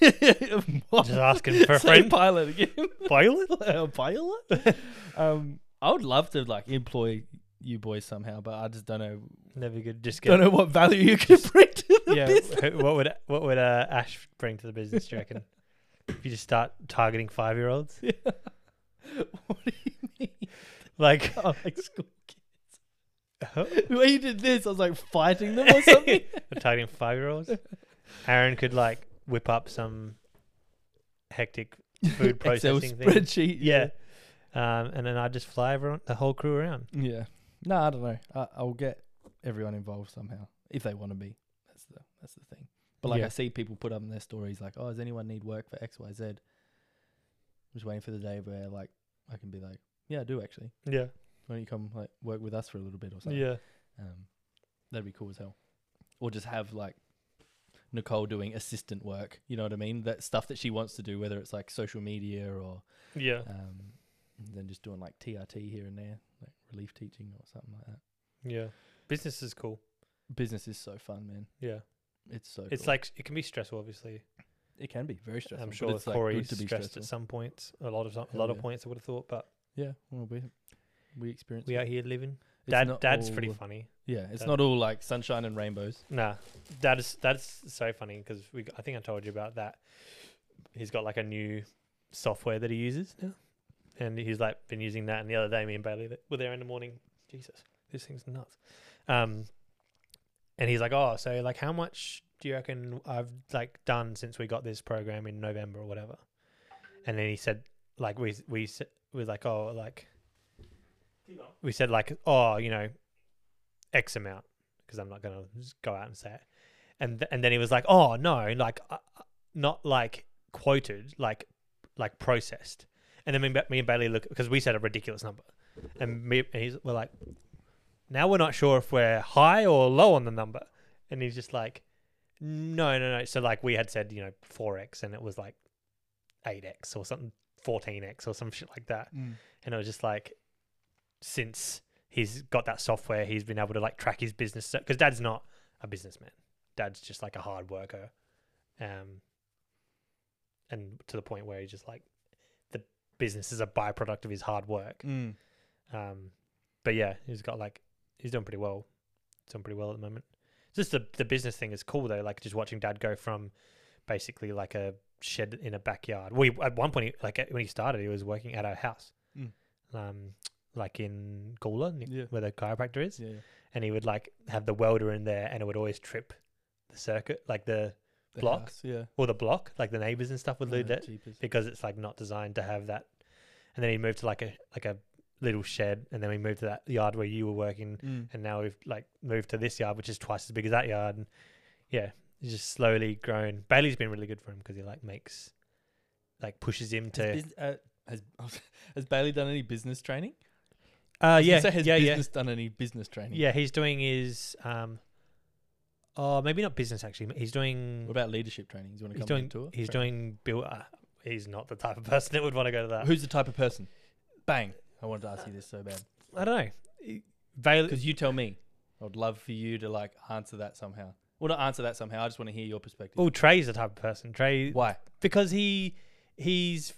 What?
Just asking for a
Say
friend.
pilot again.
pilot?
a pilot. um, I would love to like employ you boys somehow, but I just don't know.
Never good. Just
Don't
get.
know what value you could bring to the
Yeah,
business.
who- what would what would uh, Ash bring to the business? Do you reckon? if you just start targeting five year olds,
what do you mean?
like
Oh, like school kids. when you did this, I was like fighting them or something.
targeting five year olds, Aaron could like whip up some hectic food
Excel
processing thing.
spreadsheet.
Yeah. Um, and then I just fly everyone, the whole crew around.
Yeah. No, I don't know. I, I'll get everyone involved somehow if they want to be. That's the that's the thing. But like
Yeah.
I see people put up in their stories like, "Oh, does anyone need work for X, Y, Z?" Just waiting for the day where like I can be like, "Yeah, I do actually.
Yeah.
Why don't you come like work with us for a little bit or something?"
Yeah.
Um, that'd be cool as hell. Or just have like Nicole doing assistant work. You know what I mean? That stuff that she wants to do, whether it's like social media or
Yeah.
um, and then just doing like TRT here and there, like relief teaching or something like that.
Yeah. Business is cool.
Business is so fun, man.
Yeah.
It's so.
It's
cool.
like, it can be stressful, obviously.
it can be very stressful.
I'm
but
sure
it's like
Corey's
good to be
stressed
stressful.
at some points, a lot of, some, a
Hell
lot of
yeah.
points I would have thought, but
Yeah, well, we we experience.
we
it.
out here living.
It's
Dad,
not
dad's pretty
all-
funny.
Yeah, it's
Dad-
not all like sunshine and rainbows.
Nah, that is that's so funny because we g- I think I told you about that. He's got like a new software that he uses now. and he's like been using that. And the other day, me and Bailey th- were there in the morning. Jesus, this thing's nuts. Um, and he's like, oh, so like, how much do you reckon I've like done since we got this program in November or whatever? And then he said, like, we we s- we was like, oh, like, we said like, oh, you know, X amount because I'm not gonna just go out and say it. And th- and then he was like, oh no, like, uh, uh, not like quoted, like like processed. And then me, and Ba- me and Bailey look because we said a ridiculous number, and me and he's we're like, now we're not sure if we're high or low on the number. And he's just like, no, no, no. So like we had said, you know, four x, and it was like eight x or something, fourteen x or some shit like that
Mm.
and it was just like since he's got that software he's been able to like track his business because dad's not a businessman dad's just like a hard worker um and to the point where he's just like the business is a byproduct of his hard work
Mm.
um but yeah he's got like he's doing pretty well he's doing pretty well at the moment just the, the business thing is cool though like just watching dad go from basically like a shed in a backyard we at one point he, like at- when he started he was working at our house
Mm.
um like in Gawler ni-
Yeah.
where the chiropractor is
Yeah. yeah.
and he would like have the welder in there and it would always trip the circuit like the
The
Block?
house, Yeah.
or the block like the neighbors and stuff would do
Oh,
that
jeepers.
because it's like not designed to have that. And then he moved to like a like a little shed, and then we moved to that yard where you were working,
Mm.
and now we've like moved to this yard, which is twice as big as that yard. And yeah, he's just slowly grown. Bailey's been really good for him because he like makes, like pushes him
Has,
to.
bus- uh, has, has Bailey done any business training?
Uh,
I was gonna
yeah,
say, has
yeah, yeah,
business done any business training?
yeah. He's doing his um, oh maybe not business actually. He's doing
What about leadership training? Do you want to
he's
come on
doing
the tour?
he's
Sorry.
doing build. Uh, he's not the type of person that would want to go to that.
Who's the type of person? Bang! I wanted to ask you this so bad
I don't know. He- Bailey,
because you tell me. I'd love for you to like answer that somehow. Well, not answer that somehow. I just want to hear your perspective.
Oh, Trey's the type of person. Trey
Why?
because he he's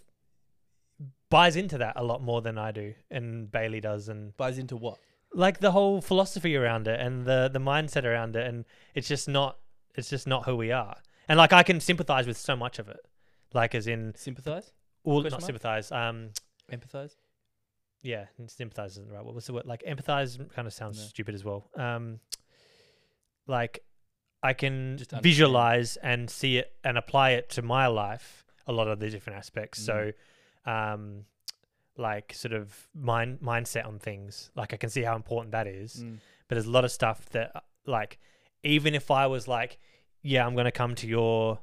buys into that a lot more than I do and Bailey does and
Buys into what?
like the whole philosophy around it and the the mindset around it and it's just not it's just not who we are. And like I can sympathize with so much of it. Like as in
Sympathize?
well
Question
not
mark?
sympathize um
Empathize?
yeah, and sympathize isn't the right. word. What's the word? Like empathize kind of sounds
No.
stupid as well. Um, like I can
Just understand.
visualize and see it and apply it to my life a lot of the different aspects.
Mm.
So, um, like sort of mind mindset on things. Like I can see how important that is
Mm.
but there's a lot of stuff that uh, like even if I was like, yeah, I'm gonna come to your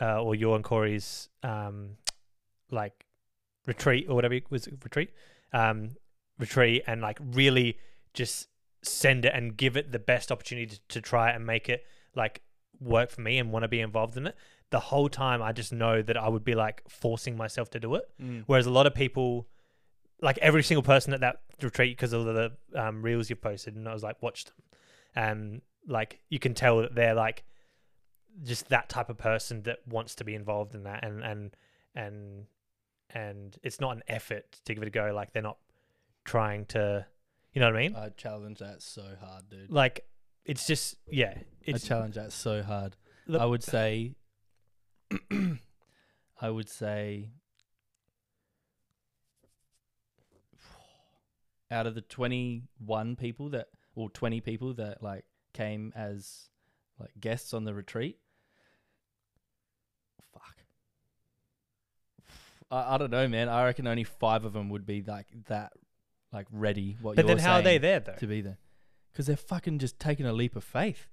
uh, or your and Corey's um, like retreat or whatever it was retreat um, retreat and like really just send it and give it the best opportunity to, to try and make it like work for me and want to be involved in it. The whole time, I just know that I would be like forcing myself to do it.
Mm.
Whereas a lot of people, like every single person at that retreat, because of the um, reels you've posted, and I was like, watch them, and like you can tell that they're like just that type of person that wants to be involved in that, and and and and it's not an effort to give it a go. Like they're not trying to, you know what I mean?
I challenge that so hard, dude.
Like it's just yeah,
I
it's
challenge that so hard.
The-
I would say, I would say, out of the twenty-one people that, or twenty people that like came as like guests on the retreat, fuck, I, I don't know, man. I reckon only five of them would be like that, like ready. What
but
you're
then how are they
saying
there though?
to be there? Because they're fucking just taking a leap of faith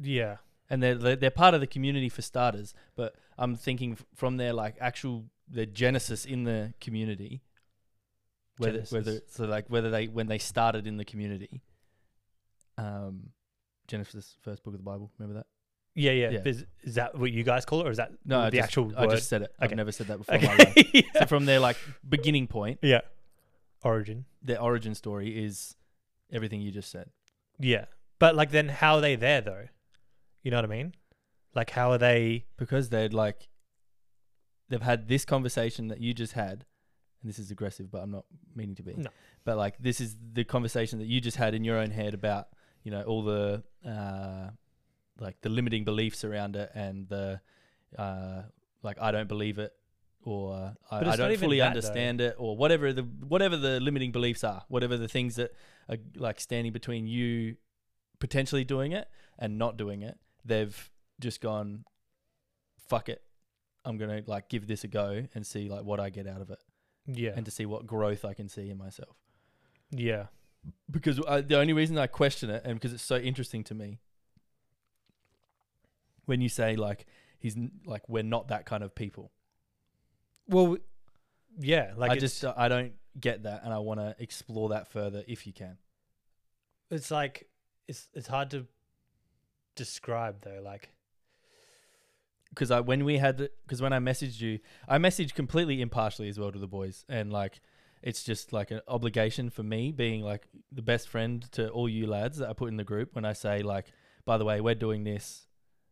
yeah,
and they're they're they're part of the community for starters. But I'm thinking f- from their like actual their genesis in the community, whether
Genesis.
whether so like whether they when they started in the community, um, Genesis first book of the Bible. Remember that?
yeah, yeah.
Yeah.
Is, is that what you guys call it, or is that
No, I
the
just-
actual
I
word?
just said it.
Okay.
I've never said that before. in my life.
okay.
So from their like beginning point,
yeah, origin.
their origin story is everything you just said.
Yeah. But like then how are they there though? You know what I mean? Like how are they
because they'd like they've had this conversation that you just had and this is aggressive but i'm not meaning to be
No.
but like this is the conversation that you just had in your own head about you know all the uh like the limiting beliefs around it and the uh like i don't believe it or I,
But
I
it's not
don't
even
fully
that, though.
understand it or whatever the whatever the limiting beliefs are, whatever the things that are like standing between you potentially doing it and not doing it, they've just gone fuck it. I'm going to like give this a go and see like what I get out of it
Yeah.
and to see what growth I can see in myself.
yeah.
Because I, the only reason I question it and because it's so interesting to me when you say like he's n- like we're not that kind of people.
Well, yeah. Like
I
it's,
just uh I don't get that, and I want to explore that further if you can.
it's like it's it's hard to describe though. Like
Because I when we had because when I messaged you, I messaged completely impartially as well to the boys, and like it's just like an obligation for me being like the best friend to all you lads that I put in the group when I say like, by the way, we're doing this.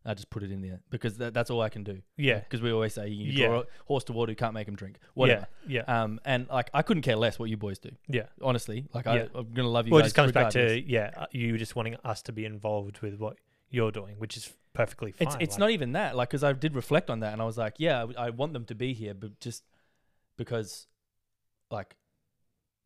I just put it in there because that, that's all I can do.
yeah,
Because we always say you
Yeah.
draw a horse to water, you can't make him drink. Whatever.
yeah,
Um, and like I couldn't care less what you boys do.
yeah.
Honestly, like
Yeah.
I, I'm gonna love you.
Well, it
guys
just comes back
regardless.
to yeah, uh, you just wanting us to be involved with what you're doing, which is perfectly fine.
It's it's
like-
not e-, even that, like, because I did reflect on that, and I was like, yeah, I, I want them to be here, but just because, like,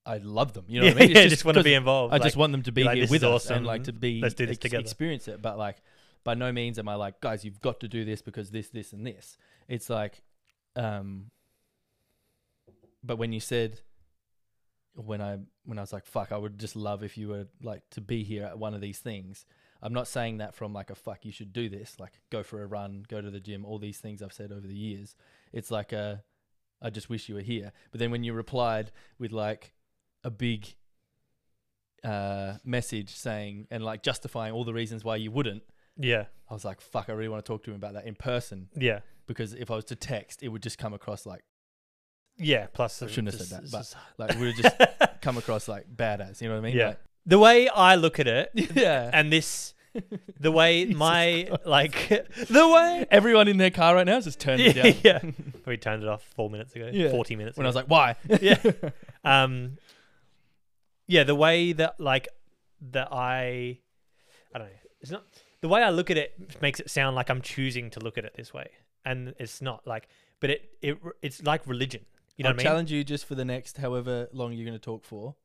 I love them. You know
yeah,
what I mean? It's
yeah, just want to
'cause
be involved.
I just
like,
want them to be
like,
here
"This
with
is
us and
awesome.
like to be
Let's do this together.
experience it. But like, by no means am I like, guys, you've got to do this because this, this, and this. It's like, um, but when you said when I when I was like, fuck, I would just love if you were like to be here at one of these things. I'm not saying that from like a fuck, you should do this, like go for a run, go to the gym, all these things I've said over the years. It's like a, I just wish you were here. But then when you replied with like a big uh, message saying and like justifying all the reasons why you wouldn't,
yeah,
I was like, fuck, I really want to talk to him about that in person
yeah,
because if I was to text, it would just come across like,
yeah. Plus,
I
it's
shouldn't have said
just-
that,
it's
like we would just
just-
come across like badass. You know what I mean?
Yeah. the way I look at it,
Like, yeah.
and this, the way
Jesus
my
Christ.
like the way
Everyone in their car right now is just turning
yeah,
it down.
yeah. we turned it off four minutes ago,
Yeah.
forty minutes.
When I
ago.
was like, why?
yeah um yeah the way that like that i i don't know it's not the way i look at it makes it sound like i'm choosing to look at it this way and it's not like but it it it's like religion you know
I'll
what i mean
challenge you just for the next however long you're going to talk for,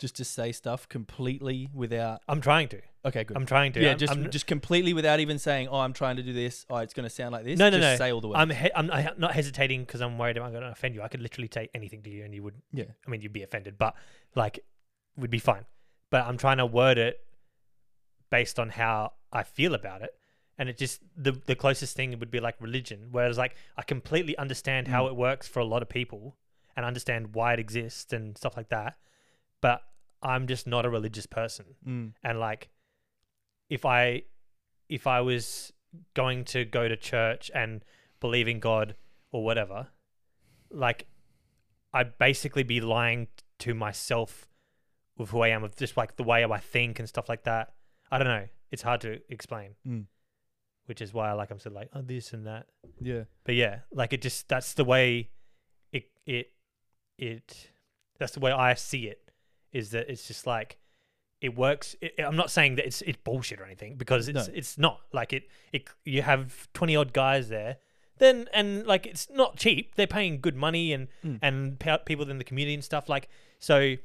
just to say stuff completely without.
i'm trying to
Okay, good.
i'm trying to
yeah,
I'm,
just
I'm,
just completely without even saying, "Oh, I'm trying to do this. Oh, it's going to sound like this."
No, no,
just
no.
Say all the words.
I'm, he- I'm I'm not hesitating because i'm worried i'm going to offend you i could literally say anything to you and you would
yeah,
I mean, you'd be offended, but like, would be fine. But I'm trying to word it based on how I feel about it, and it just the the closest thing would be like religion, whereas like I completely understand how
Mm.
it works for a lot of people and understand why it exists and stuff like that. But I'm just not a religious person,
mm,
and like, if I if I was going to go to church and believe in God or whatever, like I'd basically be lying to myself with who I am, with just like the way I think and stuff like that. I don't know. It's hard to explain,
mm,
which is why like I'm sort of like oh this and that.
yeah.
But yeah, like it just that's the way it it it that's the way I see it is that it's just like it works. It, I'm not saying that it's it's bullshit or anything because it's
No.
it's not like it it you have 20 odd guys there then and like it's not cheap. They're paying good money and
Mm.
and pe- people in the community and stuff like so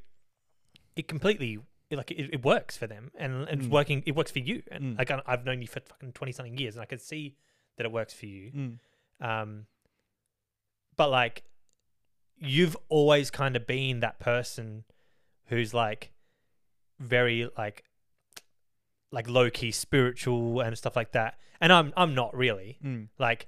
it completely like it, it works for them and it's
Mm.
working it works for you and
Mm.
like I- I've known you for fucking 20 something years and I can see that it works for you
Mm,
um, but like, you've always kind of been that person who's like very like like low key spiritual and stuff like that. And I'm I'm not really
mm,
like,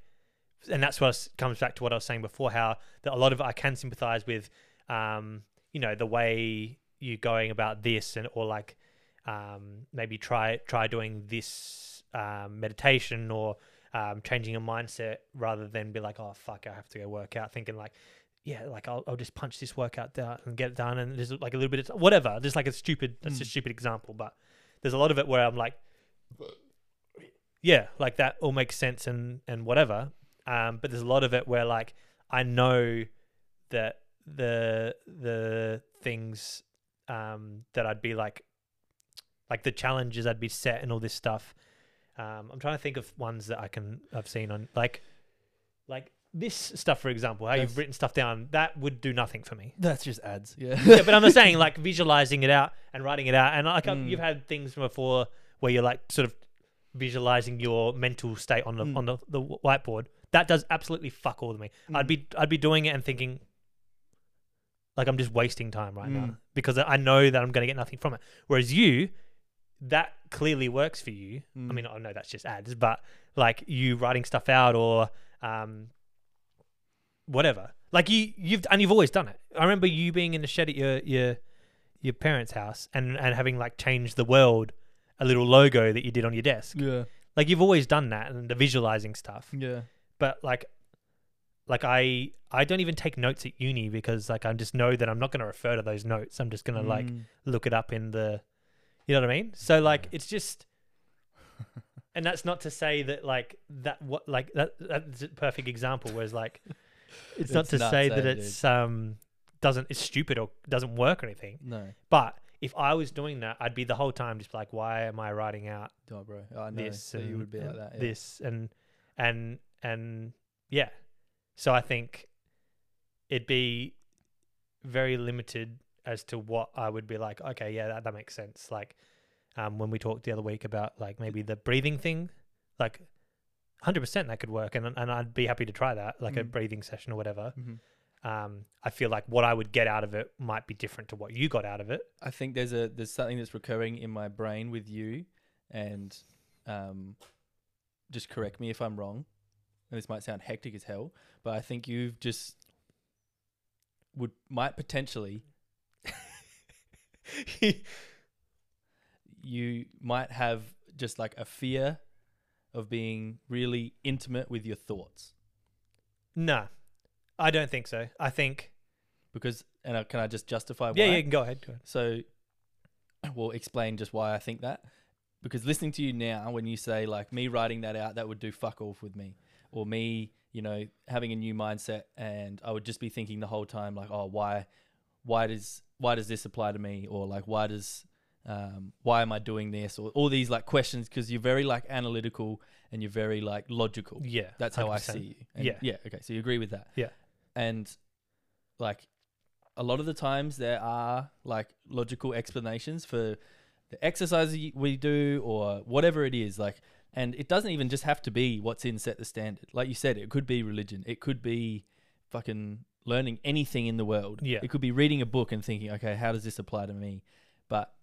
and that's what s- comes back to what I was saying before. How that a lot of I can sympathize with, um, you know, the way you're going about this, and or like, um, maybe try try doing this um, meditation or um, changing your mindset rather than be like, oh fuck, I have to go work out, thinking like. Yeah, like I'll, I'll just punch this workout down and get it done, and there's like a little bit of whatever. There's like a stupid, that's a
Mm.
stupid example, but there's a lot of it where I'm like, yeah, like that all makes sense and and whatever. Um, but there's a lot of it where like I know that the the things um, that I'd be like, like the challenges I'd be set and all this stuff. Um, I'm trying to think of ones that I can I've seen on like, like this stuff, for example, how
That's-
you've written stuff down, that would do nothing for me.
That's just ads. Yeah.
yeah, but I'm just saying, like visualizing it out and writing it out, and like I've
Mm.
you've had things from before where you're like sort of visualizing your mental state on the
Mm.
on the, the whiteboard. That does absolutely fuck all to me. I'd be I'd be doing it and thinking like I'm just wasting time right now
Mm.
because I know that I'm going to get nothing from it. Whereas you, that clearly works for you. I
Mm.
mean, I know that's just ads, but like you writing stuff out or um, whatever. Like you, you've and you've always done it. I remember you being in the shed at your your your parents' house and and having like changed the world a little logo that you did on your desk.
Yeah. Mm.
Like you've always done that and the visualizing stuff
Yeah.
but like like i i don't even take notes at uni because like i just know that i'm not going to refer to those notes i'm just going to like
Mm.
look it up in the you know what i mean so like it's just and that's not to say that like that what like that that's a perfect example whereas like it's, not
It's
to
nuts,
say
eh,
that
dude?
it's um doesn't it's stupid or doesn't work or anything
No.
but if i was doing that i'd be the whole time just like why am i writing out
Oh, bro. I know.
this
so you
and-
would be like
and
that. Yeah.
this and and and yeah so i think it'd be very limited as to what i would be like okay yeah that, that makes sense like um when we talked the other week about like maybe the breathing thing like 100% that could work and and i'd be happy to try that like a
Mm.
breathing session or whatever
Mhm.
um i feel like what i would get out of it might be different to what you got out of it
I think there's a there's something that's recurring in my brain with you, and um, just correct me if I'm wrong. And this might sound hectic as hell, but I think you've just would might potentially you might have just like a fear of being really intimate with your thoughts
nah i don't think so i think
because and I, can I just justify
yeah
why?
yeah you can go ahead, go ahead.
So we'll explain just why I think that. Because listening to you now, when you say like me writing that out, that would do fuck off with me, or me, you know, having a new mindset, and I would just be thinking the whole time like, oh, why, why does why does this apply to me, or like why does um, why am I doing this, or all these like questions because you're very like analytical and you're very like logical.
Yeah,
That's how I
100%.
see you. And
Yeah.
Yeah. Okay. So you agree with that.
Yeah.
And like a lot of the times there are like logical explanations for the exercises y- we do or whatever it is. Like, and it doesn't even just have to be what's in set the standard. Like you said, it could be religion. It could be fucking learning anything in the world.
Yeah.
It could be reading a book and thinking, okay, how does this apply to me? But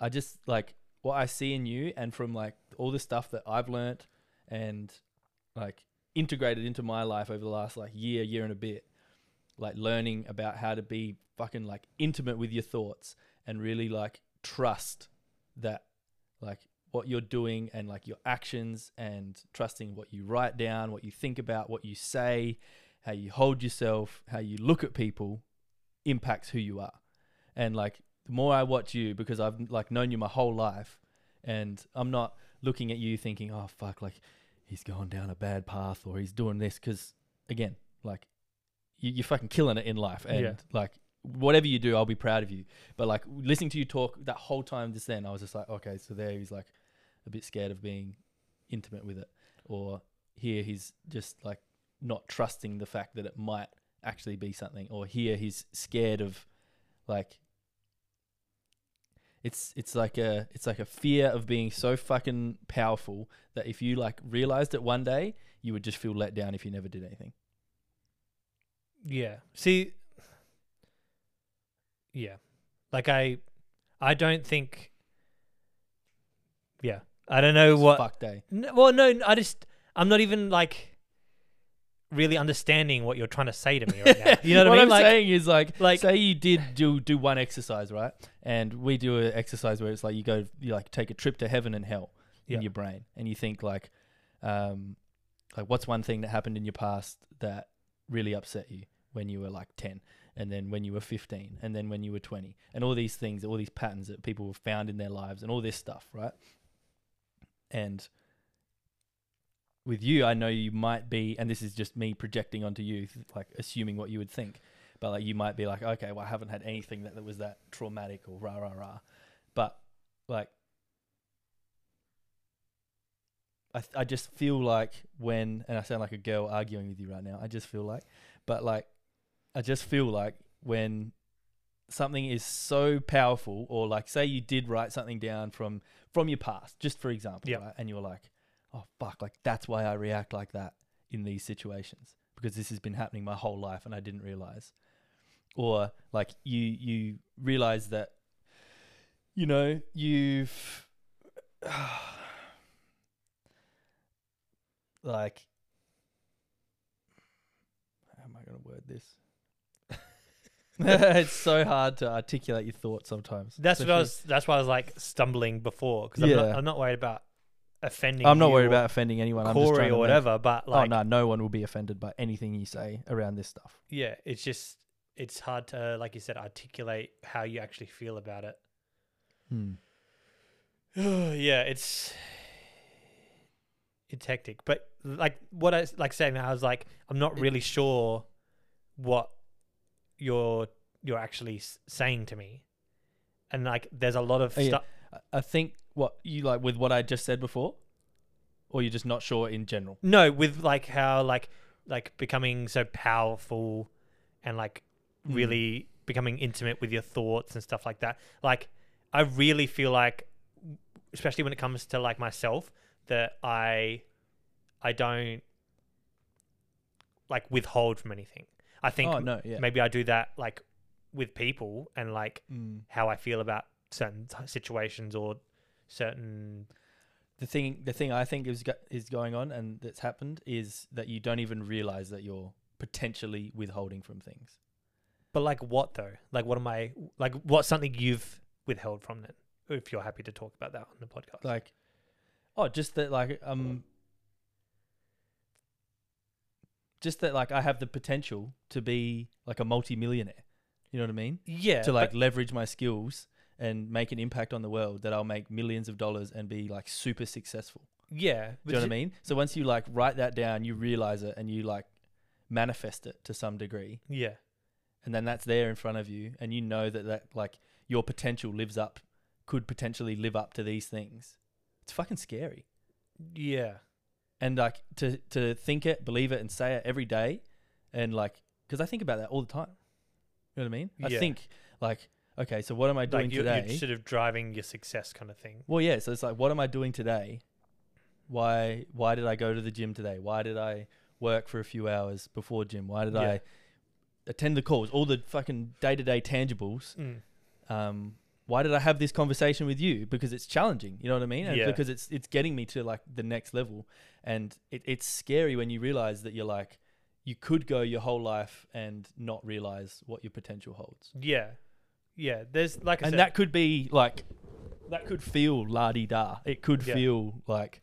I just like what I see in you and from like all the stuff that I've learnt and like integrated into my life over the last like year, year and a bit, like learning about how to be fucking like intimate with your thoughts and really like trust that like what you're doing and like your actions and trusting what you write down, what you think about, what you say, how you hold yourself, how you look at people impacts who you are. And like the more I watch you because I've like known you my whole life and I'm not looking at you thinking, "Oh fuck, like he's going down a bad path or he's doing this because again like you, you're fucking killing it in life and
Yeah.
like whatever you do i'll be proud of you but like listening to you talk that whole time just then i was just like okay so there he's like a bit scared of being intimate with it or here he's just like not trusting the fact that it might actually be something or here he's scared of like it's it's like a it's like a fear of being so fucking powerful that if you like realized it one day, you would just feel let down if you never did anything.
Yeah. See. Yeah. Like I, I don't think. Yeah, I don't know
It's
what.
fuck day?
N- well, no, I just I'm not even like really understanding what you're trying to say to me right now. You know what, I mean?
am
like,
saying is like,
like-
like say you did do do one exercise right, and we do an exercise where it's like you go you like take a trip to heaven and hell
Yeah.
in your brain, and you think like, um, like what's one thing that happened in your past that really upset you when you were like ten, and then when you were fifteen, and then when you were twenty, and all these things, all these patterns that people have found in their lives, and all this stuff, right? And with you, I know you might be, and this is just me projecting onto you, th- like assuming what you would think, but like you might be like, okay, well, I haven't had anything that, that was that traumatic or rah, rah, rah. But like, I, th- I just feel like when, and I sound like a girl arguing with you right now, I just feel like, but like, I just feel like when something is so powerful, or like, say you did write something down from from your past, just for example,
Yep.
right? and you're like, oh fuck, like that's why I react like that in these situations because this has been happening my whole life and I didn't realize, or like you you realize that, you know, you've like how am I gonna word this? it's so hard to articulate your thoughts sometimes.
That's what I
especially-
was. That's why I was like stumbling before because I'm,
Yeah.
not, I'm not worried about offending.
I'm not
you
worried
or
about offending anyone. I'm just
Corey
trying
or
to make-
whatever, but like,
oh no, no one will be offended by anything you say around this stuff.
yeah, it's just it's hard to, like you said, articulate how you actually feel about it. yeah, it's it's hectic. But like what I like saying, I was like, I'm not really sure what you're you're actually s- saying to me, and like there's a lot of
Oh, yeah.
stuff.
I- I think what you like with what I just said before, or you're just not sure in general.
No, with like how like like becoming so powerful and like
Mm.
really becoming intimate with your thoughts and stuff like that. Like I really feel like especially when it comes to like myself that I I don't like withhold from anything. I think
oh no, yeah.
maybe I do that like with people and like
Mm.
how I feel about certain t- situations or certain
The thing, the thing I think is go- is going on and that's happened is that you don't even realize that you're potentially withholding from things.
But like what though? Like what am I like what's something you've withheld from it? If you're happy to talk about that on the podcast.
like oh just that like um just that like i have the potential to be like a multi-millionaire you know what i mean
yeah.
to like
but-
leverage my skills and make an impact on the world that i'll make millions of dollars and be like super successful
yeah.
do you know what i mean so once you like write that down you realize it and you like manifest it to some degree
Yeah.
and then that's there in front of you and you know that that like your potential lives up could potentially live up to these things it's fucking scary
Yeah.
and like to to think it, believe it, and say it every day, and like because I think about that all the time. You know what I mean? I
Yeah.
think like okay, so what am I doing
Like you're,
today?
you're sort of driving your success kind of thing.
well, yeah. So it's like, what am I doing today? Why why did I go to the gym today? Why did I work for a few hours before gym? Why did
Yeah.
I attend the calls? All the fucking day to day tangibles
Mm.
um, why did I have this conversation with you? Because it's challenging, you know what I mean? And
Yeah.
Because it's it's getting me to like the next level, and it, it's scary when you realize that you're like you could go your whole life and not realize what your potential holds,
Yeah. Yeah. There's like I
and
said,
that could be like that could feel la di da. It could
Yeah.
feel like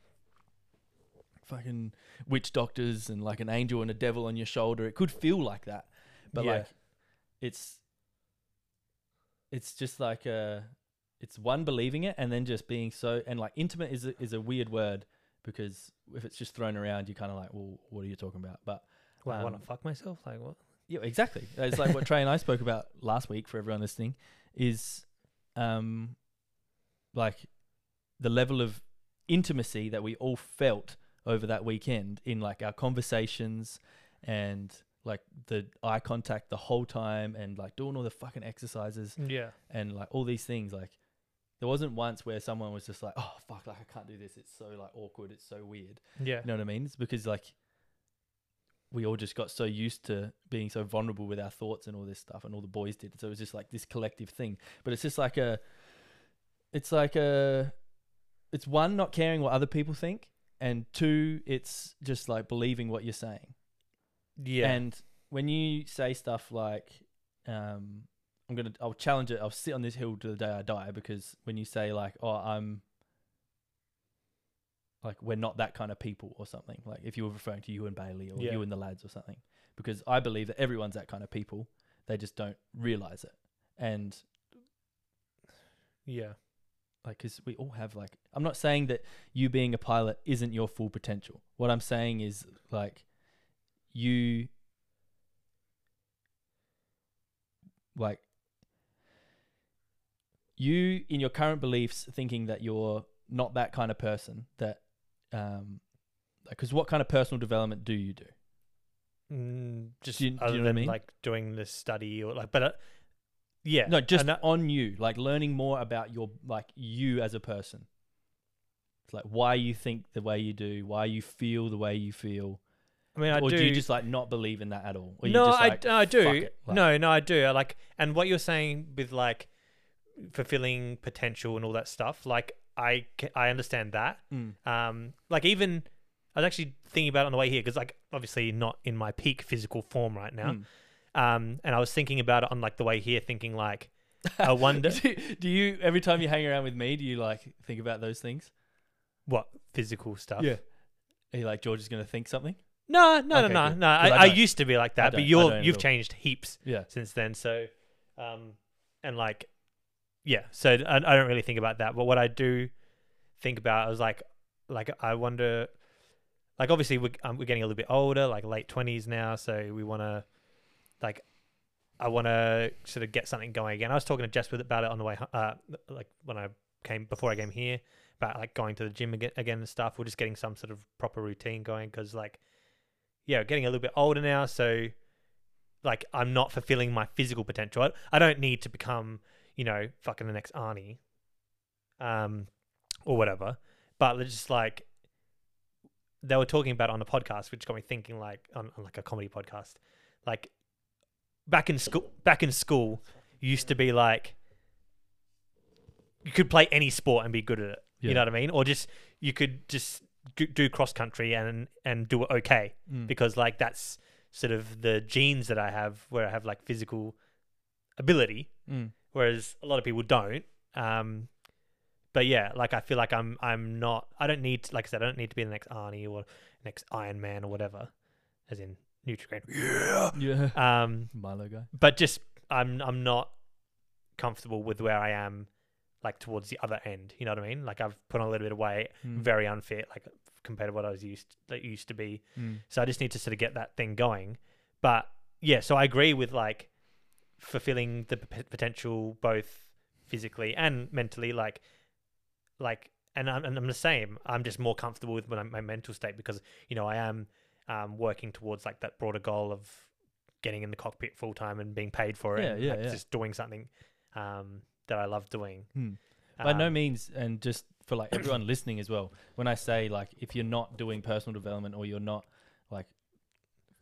fucking witch doctors and like an angel and a devil on your shoulder. It could feel like that but
yeah.
like it's it's just like uh it's one believing it and then just being so and like intimate is a, is a weird word because if it's just thrown around you're kind of like well what are you talking about but
Well, I want
um,
to fuck myself? Like what?
yeah exactly it's like what trey and i spoke about last week for everyone listening is um like the level of intimacy that we all felt over that weekend in like our conversations and like the eye contact the whole time and like doing all the fucking exercises
Yeah.
and like all these things like there wasn't once where someone was just like oh fuck like i can't do this it's so like awkward it's so weird you
Yeah.
know what i mean it's because like we all just got so used to being so vulnerable with our thoughts and all this stuff and all the boys did so it was just like this collective thing but it's just like a it's like a it's one not caring what other people think and two it's just like believing what you're saying
Yeah.
and when you say stuff like, um, I'm gonna, I'll challenge it. I'll sit on this hill to the day I die. Because when you say like, oh, I'm, like, we're not that kind of people or something. Like if you were referring to you and Bailey or
Yeah.
you and the lads or something. Because I believe that everyone's that kind of people. They just don't realize it. And
yeah.
like, because we all have like, I'm not saying that you being a pilot isn't your full potential. What I'm saying is like, you like you in your current beliefs thinking that you're not that kind of person that um, because what kind of personal development do you do?
Mm, just
Do you- do
other
you know what I
than
mean?
like doing the study or like, but uh, yeah,
No, just
and that-
on you, like learning more about your like you as a person. It's like why you think the way you do, why you feel the way you feel,
I mean, I
or
do.
do you just like not believe in that at all? Or you
no,
just,
I,
like,
no, I do.
fuck it, like-
no, no, I do. I like, and what you're saying with like fulfilling potential and all that stuff, like I, ca- I understand that.
Mm.
Um, like even I was actually thinking about it on the way here because like obviously not in my peak physical form right now.
Mm.
Um, and I was thinking about it on like the way here, thinking like, I wonder
Do, do you every time you hang around with me, do you like think about those things?
what physical stuff.
Are you like George is going to think something?
No, no,
Okay,
no, no,
good.
no.
'Cause
I,
I
I,
don't.
used to be like that,
don't.
but
I
you're
don't
you've
at all.
changed heaps
Yeah.
since then. So, um, and like, yeah. So I, I don't really think about that. But what I do think about, I was like, like I wonder, like obviously we're um, we're getting a little bit older, like late twenties now. So we want to, like, I want to sort of get something going again. I was talking to Jess with about it on the way, hu- uh, like when I came before I came here about like going to the gym again, again and stuff. We're just getting some sort of proper routine going because like, yeah, getting a little bit older now, so like I'm not fulfilling my physical potential. I, I don't need to become, you know, fucking the next Arnie, um, or whatever. But it's just like they were talking about it on a podcast, which got me thinking, like on, on like a comedy podcast, like back in school, back in school, you used to be like you could play any sport and be good at it. You
Yeah.
know what I mean? Or just you could just do- do cross country and and do it okay
Mm.
because like that's sort of the genes that I have where I have like physical ability,
Mm.
whereas a lot of people don't. Um, but yeah, like I feel like I'm I'm not I don't need like I said I don't need to be the next Arnie or next Iron Man or whatever, as in Nutrigrain. Yeah.
Yeah.
Um,
Milo guy.
but just I'm I'm not comfortable with where I am, like towards the other end. You know what I mean? Like I've put on a little bit of weight,
Mm.
very unfit, like compared to what I was used that used to be.
Mm.
So I just need to sort of get that thing going. But yeah, so I agree with like fulfilling the p- potential both physically and mentally. Like, like, and I'm, and I'm the same. I'm just more comfortable with my, my mental state because you know I am um, working towards like that broader goal of getting in the cockpit full time and being paid for it.
Yeah,
and,
yeah,
like,
yeah.
Just doing something um, that I love doing.
Hmm. By no
Um,
means, and just for like everyone listening as well, when I say like if you're not doing personal development or you're not like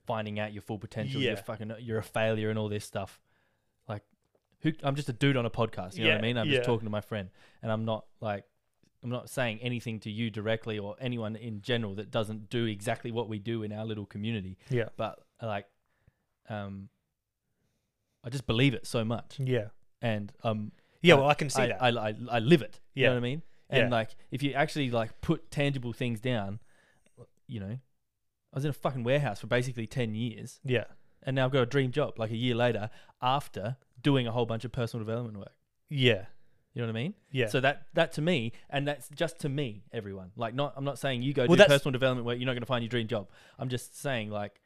finding out your full potential, you're
Yeah.
fucking you're a failure and all this stuff. Like, who? I'm just a dude on a podcast. You know
Yeah,
what I mean? I'm
yeah.
just talking to my friend, and I'm not like I'm not saying anything to you directly or anyone in general that doesn't do exactly what we do in our little community.
Yeah.
But like, um, I just believe it so much,
Yeah.
and um,
Yeah.
I-
Well, I can see
I,
that.
I, I, I live it. You
Yeah.
know what I mean? And
Yeah.
like, if you actually like put tangible things down, you know, I was in a fucking warehouse for basically 10 years
yeah.
and now I've got a dream job like a year later after doing a whole bunch of personal development work.
Yeah.
You know what I mean?
Yeah.
So that, that to me, and that's just to me, everyone. Like, not, I'm not saying you go
Well,
do
that's-
personal development work, you're not going to find your dream job. I'm just saying, like,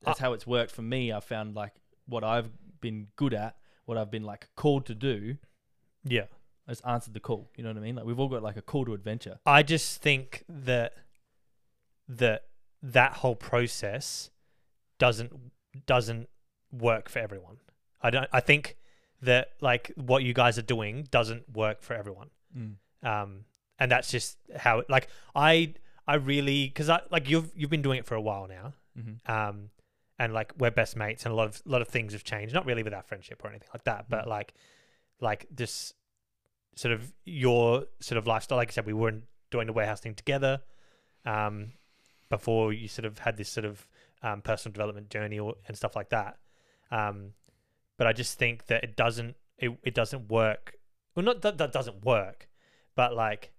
that's
Uh,
how it's worked for me. I've found like what I've been good at, what I've been like called to do.
yeah.
I just answered the call. You know what I mean? Like we've all got like a call to adventure.
I just think that that that whole process doesn't doesn't work for everyone. I don't. I think that like what you guys are doing doesn't work for everyone. Um, and that's just how. It, like I I really because I like you've you've been doing it for a while now.
Mhm.
Um, and like we're best mates, and a lot of lot of things have changed. Not really with our friendship or anything like that, but
Mhm.
like like this sort of your sort of lifestyle. Like I said, we weren't doing the warehouse thing together um, before you sort of had this sort of um, personal development journey or, and stuff like that. Um, but I just think that it doesn't it, it doesn't work. Well, not that that doesn't work, but like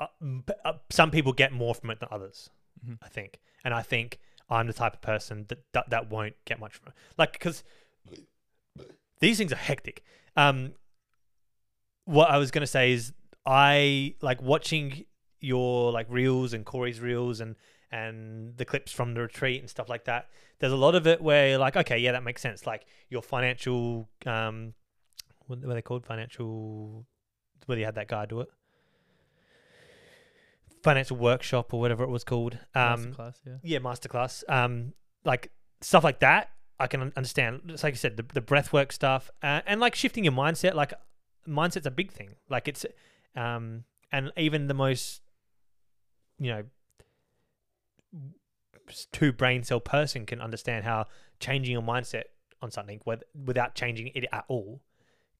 uh, m- p- uh, some people get more from it than others.
Mhm.
I think, and I think I'm the type of person that that, that won't get much from it. Like because these things are hectic. Um, what I was gonna say is I like watching your like reels and Corey's reels and and the clips from the retreat and stuff like that. There's a lot of it where you're like, okay, yeah, that makes sense. Like your financial, um, what were they called? Financial, where you had that guy do it. financial workshop or whatever it was called. Um,
Masterclass, yeah.
yeah, masterclass. Um, like stuff like that, I can un- understand. It's like you said, the, the breathwork stuff, uh, and like shifting your mindset. Like mindset's a big thing. Like it's, um, and even the most, you know, s- two brain cell person can understand how changing your mindset on something with, without changing it at all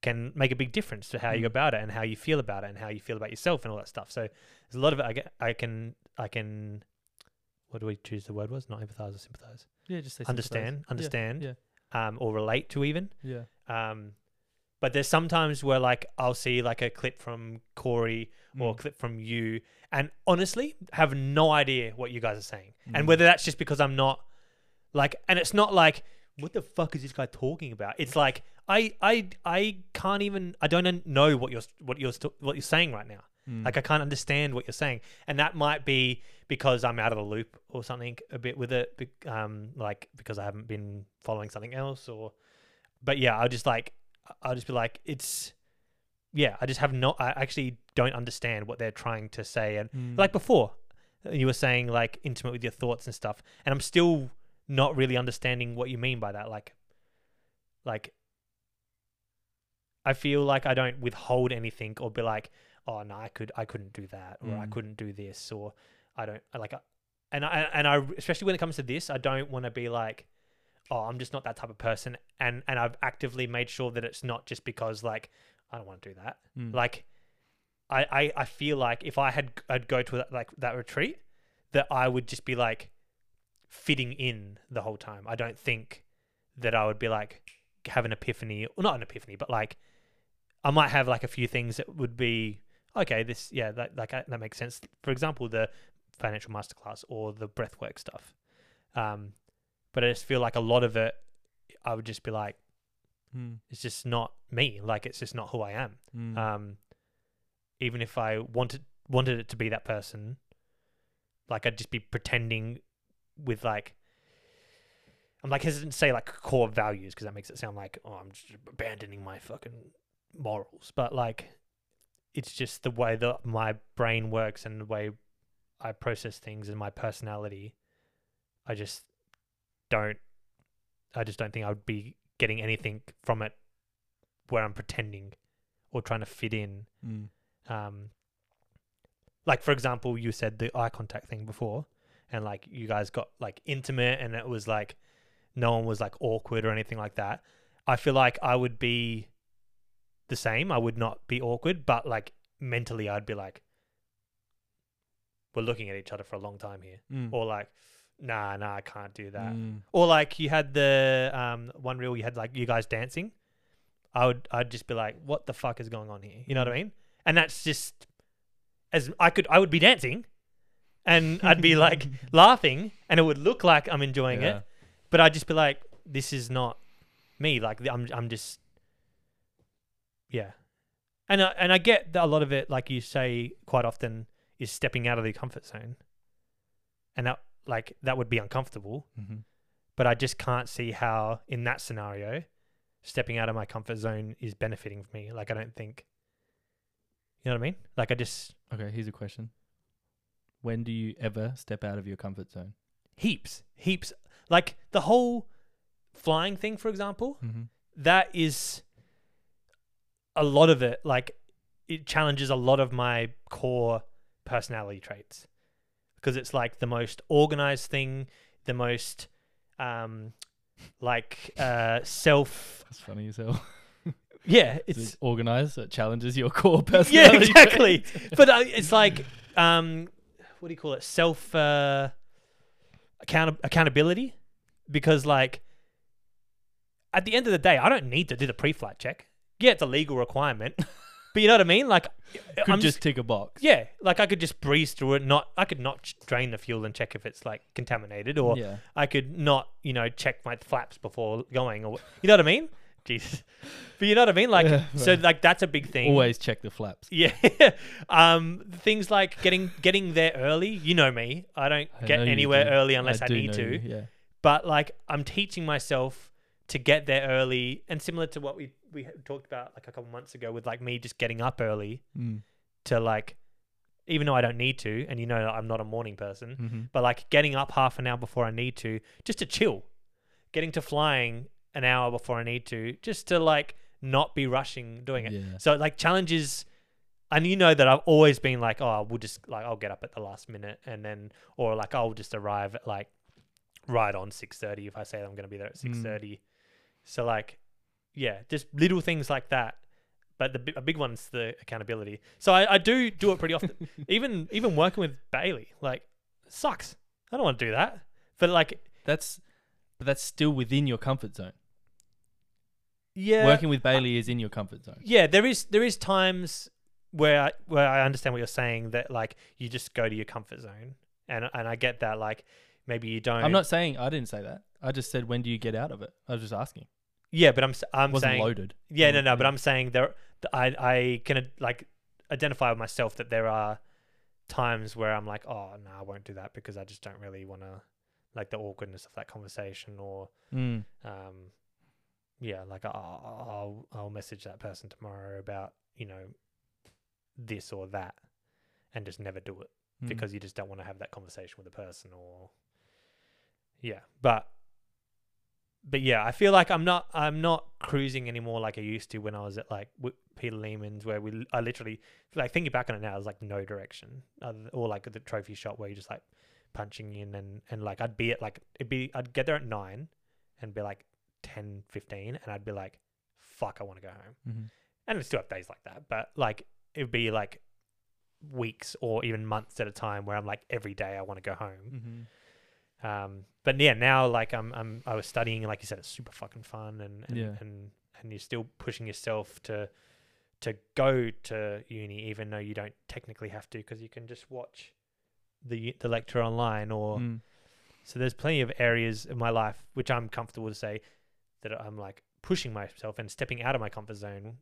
can make a big difference to how you
Mm.
go about it and how you feel about it and how you feel about yourself and all that stuff. So there's a lot of it. I, get, I can, I can what do we choose the word was? Not empathize or sympathize.
Yeah, just say sympathise.
Understand, understand,
yeah.
Um, or relate to even.
Yeah.
Um, but there's sometimes where like I'll see like a clip from Corey or a
Mm.
clip from you, and honestly have no idea what you guys are saying, and
Mm.
whether that's just because I'm not like, and it's not like what the fuck is this guy talking about? It's like I I I can't even I don't un- know what you're what you're st- what you're saying right now.
Mm.
Like I can't understand what you're saying, and that might be because I'm out of the loop or something a bit with it, be- um, like because I haven't been following something else, or. But yeah, I'll just like I'll just be like it's, yeah, I just have no, I actually don't understand what they're trying to say, and
Mm.
like before, you were saying like intimate with your thoughts and stuff, and I'm still not really understanding what you mean by that, like, like. I feel like I don't withhold anything or be like, oh no, I could I couldn't do that or I
Mm.
couldn't do this or I don't I like I, and I and I especially when it comes to this, I don't want to be like, oh, I'm just not that type of person, and and I've actively made sure that it's not just because like I don't want to do that.
Mm.
Like, I, I I feel like if I had I'd go to that, like that retreat, that I would just be like fitting in the whole time. I don't think that I would be like have an epiphany, well, not an epiphany, but like I might have like a few things that would be okay. This yeah, that like I, that makes sense. For example, the financial masterclass or the breathwork stuff. Um, but I just feel like a lot of it, I would just be like,
Mm.
it's just not me. Like it's just not who I am
Mm.
um, even if I wanted wanted it to be that person, like I'd just be pretending with like I'm like hesitant to say like core values because that makes it sound like oh I'm just abandoning my fucking morals, but like it's just the way that my brain works and the way I process things and my personality. I just don't. I just don't think I would be getting anything from it where I'm pretending or trying to fit in.
Mm.
Um, like for example, you said the eye contact thing before, and like you guys got like intimate, and it was like no one was like awkward or anything like that. I feel like I would be the same. I would not be awkward, but like mentally, I'd be like, we're looking at each other for a long time here,
Mm.
or like, nah, nah, I can't do that.
Mm.
Or like you had the um one reel you had like you guys dancing. I would I'd just be like, what the fuck is going on here? You know what I mean? And that's just as I could I would be dancing and I'd be like laughing and it would look like I'm enjoying
yeah.
it. But I'd just be like, this is not me. Like th- I'm I'm just Yeah. And I and I get that a lot of it, like you say quite often, is stepping out of the comfort zone. And that like that would be uncomfortable
Mm-hmm.
but I just can't see how in that scenario stepping out of my comfort zone is benefiting me. Like I don't think you know what I mean? Like I just
Okay, here's a question. When do you ever step out of your comfort zone?
heaps, heaps like the whole flying thing for example,
Mm-hmm.
that is a lot of it like it challenges a lot of my core personality traits because it's like the most organized thing, the most um like uh self
That's funny as hell.
yeah,
It's,
it's
organized, so it challenges your core
yeah
personality.
exactly but uh, it's like um what do you call it self uh account- accountability because like at the end of the day i don't need to do the pre-flight check yeah it's a legal requirement but you know what i mean like
Could
i'm
just
just
tick a box.
yeah like i could just breeze through it not i could not ch- drain the fuel and check if it's like contaminated or
yeah.
I could not, you know, check my flaps before going, or you know what I mean? Jesus, but you know what I mean. Like,
Yeah,
so
right.
like that's a big thing.
Always check the flaps.
Yeah. um, things like getting getting there early. You know me. I don't
I
get
know you
anywhere
do.
early unless I,
do
need
know
to.
you, Yeah.
But like I'm teaching myself to get there early, and similar to what we we had talked about like a couple months ago with like me just getting up early
Mm.
to like even though I don't need to, and you know that I'm not a morning person,
Mm-hmm.
but like getting up half an hour before I need to, just to chill. Getting to flying an hour before I need to, just to like not be rushing doing it.
Yeah.
So like challenges, and you know that I've always been like, oh, we'll just like I'll get up at the last minute, and then or like I'll just arrive at like right on six thirty if I say I'm going to be there at six thirty. So like, yeah, just little things like that. But the bi- a big one's the accountability. So I, I do do it pretty often. even even working with Bailey, like sucks. I don't want to do that. But like,
That's but that's still within your comfort zone.
yeah,
Working with Bailey is in your comfort zone.
yeah there is there is times where I, where I understand what you're saying that like you just go to your comfort zone and and I get that like maybe you don't
I'm not saying I didn't say that. I just said when do you get out of it? I was just asking.
yeah but I'm s- I'm
wasn't
saying
loaded.
yeah
Mm,
no no but
yeah.
I'm saying there I I can like identify with myself that there are times where I'm like oh no I won't do that because I just don't really want to like the awkwardness of that conversation or
Mm.
um yeah like I'll, I'll i'll message that person tomorrow about you know this or that and just never do it
Mm.
because you just don't want to have that conversation with a person or yeah but but yeah i feel like i'm not i'm not cruising anymore like i used to when i was at like w- peter lehman's where we l- i literally like thinking back on it now is like no direction other th- or like the trophy shop where you're just like punching in and and like i'd be at like it'd be i'd get there at nine and be like 10 15 and i'd be like fuck i want to go home
Mhm.
and we still have days like that, but like it'd be like weeks or even months at a time where I'm like every day I want to go home.
Mhm.
Um, but yeah, now like I'm, I'm I was studying, like you said, it's super fucking fun, and and
Yeah.
and, and you're still pushing yourself to to go to uni, even though you don't technically have to, because you can just watch the the lecture online or
Mm.
so there's plenty of areas in my life which I'm comfortable to say that I'm like pushing myself and stepping out of my comfort zone.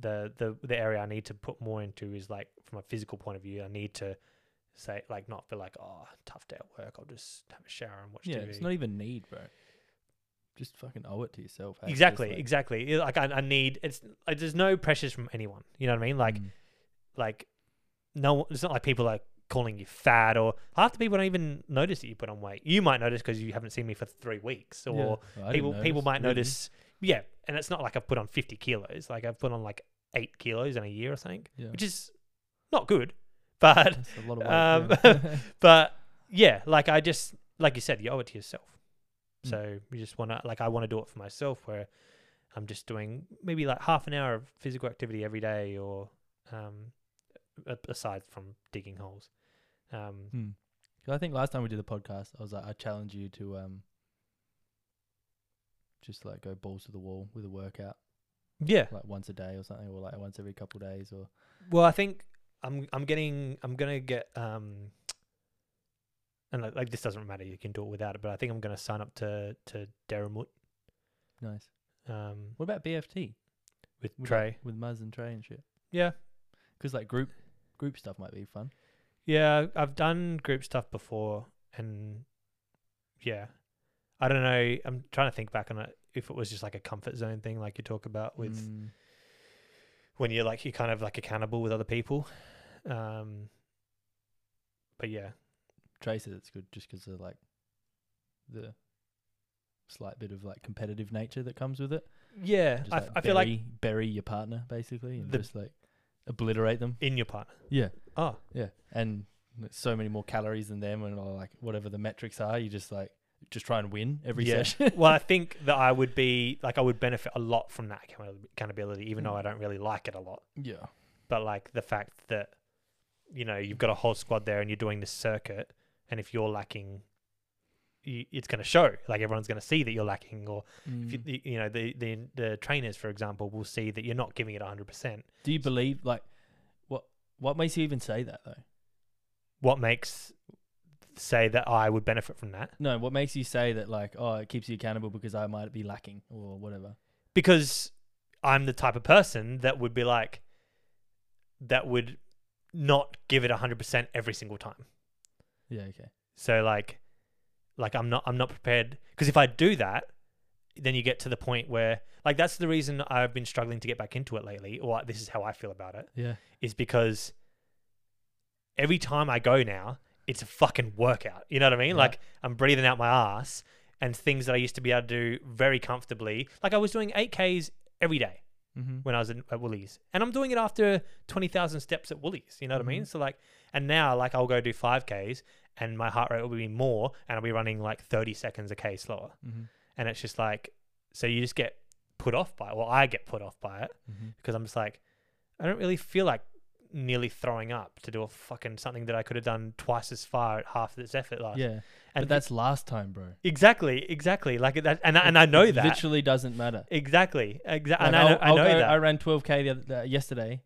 The the the area I need to put more into is like from a physical point of view, I need to say like not feel like oh tough day at work, I'll just have a shower and watch
Yeah,
TV.
it's not even need, bro. Just fucking owe it to yourself. eh? Just
exactly,
like-
exactly. Yeah, Like I, I need it's like, there's no pressures from anyone. You know what I mean? Like
Mm.
like no it's not like people are calling you fat or half the people don't even notice that you put on weight you might notice because you haven't seen me for three weeks
Yeah.
or
Well, I didn't
people people
notice,
might
really.
notice yeah and it's not like i've put on 50 kilos like i've put on like eight kilos in a year or something
Yeah.
which is not good but
That's a lot of weight,
um,
yeah.
but yeah like i just like you said you owe it to yourself
Mm.
so you just want to like i want to do it for myself where i'm just doing maybe like half an hour of physical activity every day or um a- aside from digging holes um
Hmm. 'Cause I think last time we did the podcast, I was like, I challenge you to um, just like go balls to the wall with a workout,
yeah
like once a day or something, or like once every couple of days, or
Well, I think I'm I'm getting I'm gonna get um and like, like this doesn't matter. You can do it without it, but I think I'm gonna sign up to to Deramut
nice.
um
What about BFT
with
with
Trey.
like, with Muzz and Trey and shit?
Yeah,
'Cause like group group stuff might be fun.
yeah. I've done group stuff before, and yeah, I don't know. I'm trying to think back on it. If it was just like a comfort zone thing, like you talk about with
Mm.
when you're like you're kind of like accountable with other people, um. But yeah,
Trey said it's good just 'cause of like the slight bit of like competitive nature that comes with it.
yeah.
Just,
I,
like,
f- I feel like
bury- bury your partner basically and
The-
just like obliterate them.
in your partner.
Yeah.
Oh,
Yeah, and there's so many more calories than them, and all, like whatever the metrics are, you just like just try and win every
Yeah.
session.
well, I think that I would be like I would benefit a lot from that account- accountability, even though
Mm.
I don't really like it a lot.
yeah,
But like the fact that you know you've got a whole squad there and you're doing this circuit, and if you're lacking, you, it's going to show. Like everyone's going to see that you're lacking, or if
Mm.
you, you know the, the the trainers, for example, will see that you're not giving it 100. percent
Do you believe like what what makes you even say that though?
What makes say that I would benefit from that?
No, what makes you say that like oh it keeps you accountable because I might be lacking or whatever?
because I'm the type of person that would be like, that would not give it 100% every single time.
Yeah, okay.
So like, like I'm not, I'm not prepared because if I do that, then you get to the point where like, that's the reason I've been struggling to get back into it lately, or this is how I feel about it
Yeah,
is because every time I go now, it's a fucking workout. You know what I mean?
Yeah.
Like I'm breathing out my ass and things that I used to be able to do very comfortably. Like I was doing 8Ks every day
Mm-hmm.
when I was in, at Woolies. And I'm doing it after 20,000 steps at Woolies. You know what I
Mm.
mean? So, like, and now, like, I'll go do 5Ks and my heart rate will be more and I'll be running like 30 seconds a K slower.
Mm-hmm.
And it's just like, so you just get put off by it. Well, I get put off by it
Mm-hmm.
because I'm just like, I don't really feel like nearly throwing up to do a fucking something that I could have done twice as far at half this effort last.
Yeah,
And
but that's last time, bro.
exactly, exactly. Like that, and I, and I
It-
know
it
that.
Literally doesn't matter.
Exactly, exactly, and
Like,
I know,
I'll-
I
I'll
know
go-
that.
I ran 12k the other, uh, yesterday,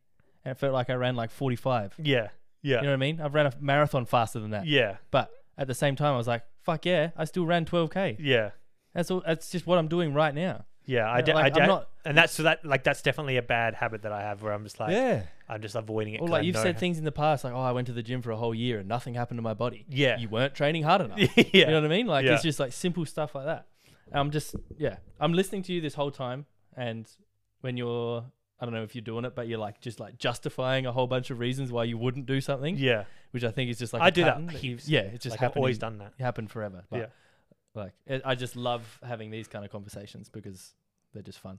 and it felt like I ran like 45.
yeah, yeah,
You know what I mean? I've ran a marathon faster than that.
yeah,
But at the same time, I was like, "Fuck yeah!" I still ran 12k.
yeah,
That's all. That's just what I'm doing right now.
yeah. I,
Yeah,
de-
like,
I de-
I'm not-
and that's so that like that's definitely a bad habit that I have where I'm just like
yeah.
I'm just avoiding it.
Or
'cause I
like you've
know
said
how-
things in the past, like, "Oh, I went to the gym for a whole year and nothing happened to my body."
Yeah,
You weren't training hard enough.
yeah,
You know what I mean? Like
Yeah.
it's just like simple stuff like that. And I'm just yeah. I'm listening to you this whole time, and when you're I don't know if you're doing it, but you're like just like justifying a whole bunch of reasons why you wouldn't do something,
yeah.
which I think is just like
I
a
do that
pattern you-
heaps.
Yeah, it's just
like I've
happened
always
in-
done that.
happened forever. But
Yeah.
like it, I just love having these kind of conversations because they're just fun.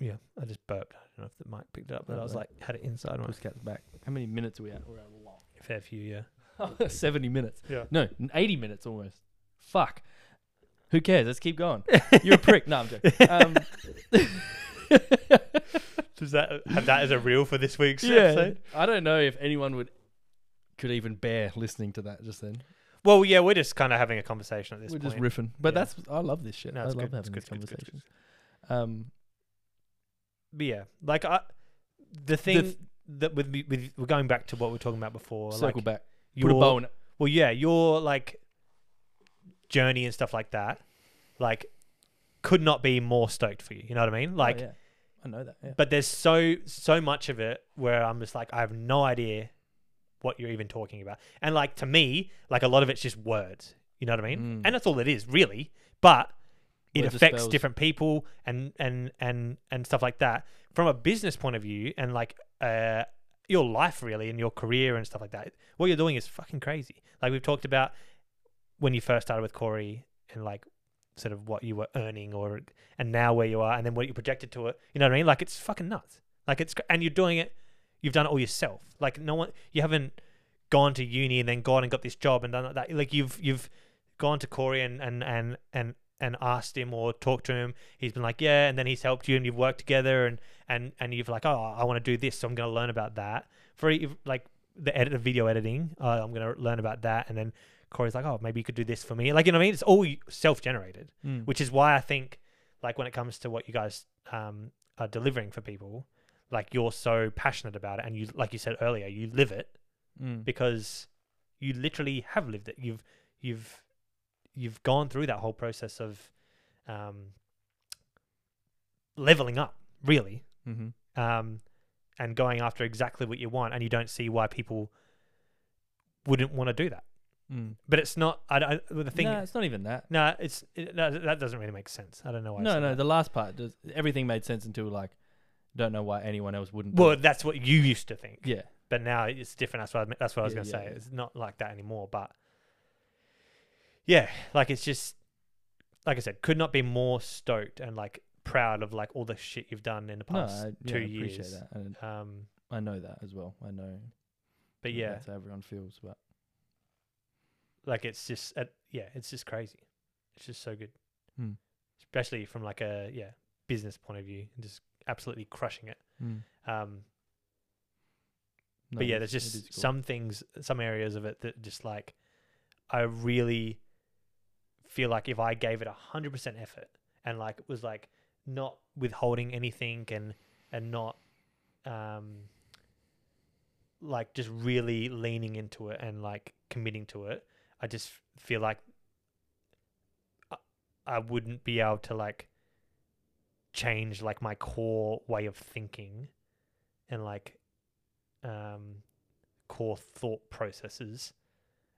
Yeah, I just burped. I don't know if the mic picked it up, but I was like had it inside my
Puss cat's back. How many minutes are we at? We're at
fair few. Yeah,
long. Seventy minutes.
yeah.
No, n- eighty minutes almost. Fuck. Who cares? Let's keep going. You're a prick. No, I'm joking. Um,
Does that have that as a reel for this week's episode?
I don't know if anyone would could even bear listening to that just then.
Well, yeah, we're just kind of having a conversation at this
We're
point.
just riffing, but
Yeah.
that's I love this shit.
No,
I
it's
love
good,
having
it's
these
good, it's good, it's good,
conversations.
it's
Um,
but yeah, like I, the thing
th-
that with me, with we're going back to what we were talking about before.
circle
like
back.
Your,
Put a bow on it.
Well, yeah, your like journey and stuff like that, like could not be more stoked for you. You know what I mean?
Oh,
Like,
yeah. I know that. Yeah.
but there's so so much of it where I'm just like I have no idea what you're even talking about. And like to me, like a lot of it's just words. You know what I mean?
Mm.
And that's all it is, really. But it
Words are
affects
spells.
different people and and and and stuff like that. From a business point of view and like uh your life really and your career and stuff like that. What you're doing is fucking crazy. Like we've talked about when you first started with Corey and like sort of what you were earning or and now where you are and then what you projected to it. You know what I mean? Like it's fucking nuts. Like it's cr- and you're doing it. You've done it all yourself. Like no one. You haven't gone to uni and then gone and got this job and done like that. Like you've you've gone to Corey and and and and and asked him or talked to him. He's been like, yeah, and then he's helped you and you've worked together and and and you've like, oh, I want to do this, so I'm going to learn about that. For e- like the edit of video editing, uh, I'm going to learn about that, and then Corey's like, oh, maybe you could do this for me. Like you know what I mean? It's all self generated
Mm.
which is why I think like when it comes to what you guys um, are delivering for people, like you're so passionate about it, and you like you said earlier, you live it
Mm.
because you literally have lived it. You've you've you've gone through that whole process of um, leveling up, really,
Mhm.
um, and going after exactly what you want, and you don't see why people wouldn't want to do that.
Mm.
But it's not. I, don't the thing.
no,
No,
it's not even that.
it's it, no, that doesn't really make sense. I don't know why. I
No,
said
no,
that.
the last part does everything made sense until like don't know why anyone else wouldn't. do
Well,
it.
that's what you used to think,
yeah,
but now it's different. That's what I, meant- that's what I was
Yeah,
going to
yeah,
say.
yeah.
It's not like that anymore. But yeah, like it's just like I said, could not be more stoked and like proud of like all the shit you've done in the
no, I,
past
yeah,
two
I appreciate
years.
that, and
Um,
I know that as well. I know,
but yeah,
that's how everyone feels. But
like it's just uh, yeah, it's just crazy. It's just so good,
Hmm.
especially from like a yeah business point of view, just absolutely crushing it. Um,
No,
but
it
yeah,
is-
there's
it is
just
cool.
some things, some areas of it that just like I really feel like if I gave it a hundred percent effort and like was like not withholding anything and and not um like just really leaning into it and like committing to it, I just feel like I, I wouldn't be able to like change like my core way of thinking and like um, core thought processes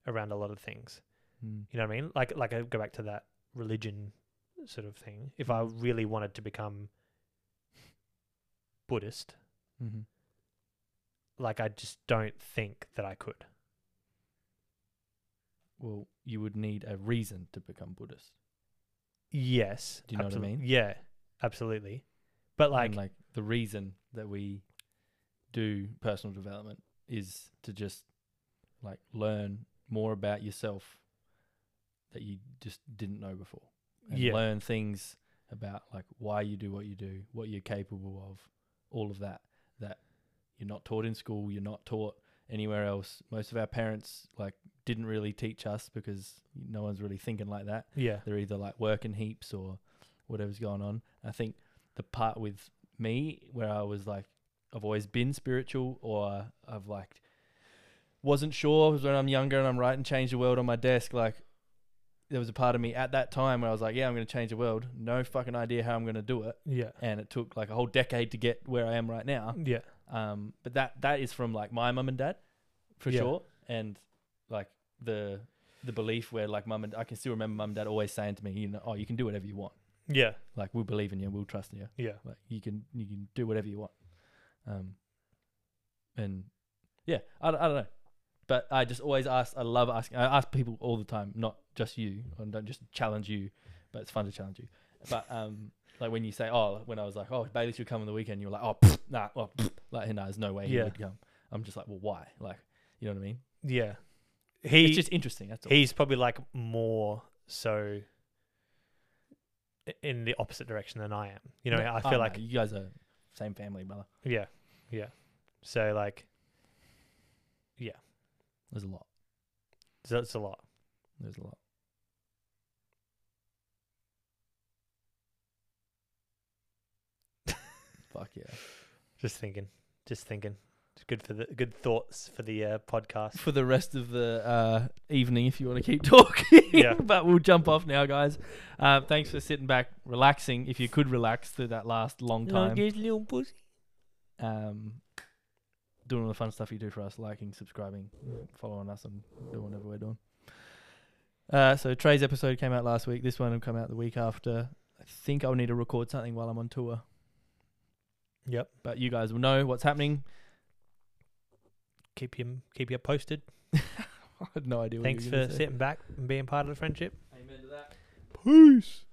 around a lot of things.
Mm.
You know what I mean? Like, like I go back to that religion sort of thing. If I
Mm-hmm.
really wanted to become Buddhist,
Mm-hmm.
like I just don't think that I could.
Well, you would need a reason to become Buddhist.
Yes.
Do you know what I
absolute-
mean?
Yeah, absolutely. But
Like,
like,
and like the reason that we do personal development is to just like learn more about yourself that you just didn't know before. And
Yeah.
learn things about like why you do what you do, what you're capable of, all of that that you're not taught in school, you're not taught anywhere else. Most of our parents like didn't really teach us because no one's really thinking like that
yeah,
they're either like working heaps or whatever's going on. I think the part with me where I was like, I've always been spiritual, or I've like wasn't sure was when I'm younger and I'm writing change the world on my desk. Like there was a part of me at that time where I was like, yeah, I'm going to change the world. No fucking idea how I'm going to do it,
yeah,
and it took like a whole decade to get where I am right now.
yeah,
Um, but that that is from like my mum and dad, for
Yeah.
sure, and like the the belief where like mum and I can still remember mum and dad always saying to me, you know, oh, you can do whatever you want.
yeah,
Like we'll believe in you, we'll trust in you.
yeah.
Like you can you can do whatever you want. Um, and yeah, I, don't- I don't know, but I just always ask. I love asking. I ask people all the time, not just you, and don't just challenge you, but it's fun to challenge you. But um. Like when you say, oh, when I was like, oh, Bailey should come on the weekend, you're like, oh, pfft, nah, well, pfft, like, no, there's no way he
Yeah.
would come. I'm just like, well, why? Like, you know what I mean?
Yeah. He
it's just interesting. That's all.
he's probably like more so i- in the opposite direction than I am. You know,
No,
I
oh, no,
feel like
you guys are same family, brother.
yeah, yeah. So like
There's a lot.
that's a lot.
There's a lot. Fuck yeah.
Just thinking, just thinking. It's good for the good thoughts for the uh, podcast.
For the rest of the uh, evening, if you want to keep talking,
Yeah.
but we'll jump off now, guys. Uh, thanks for sitting back, relaxing. If you could relax through that last long time,
little pussy.
um, doing all the fun stuff you do for us, liking, subscribing, following us, and doing whatever we're doing. Uh, so Trey's episode came out last week. This one will come out the week after. I think I'll need to record something while I'm on tour,
Yep.
but you guys will know what's happening.
Keep you keep you posted.
I had no idea.
Thanks
what you were
for
gonna say.
sitting back and being part of the friendship.
Amen to that.
Peace.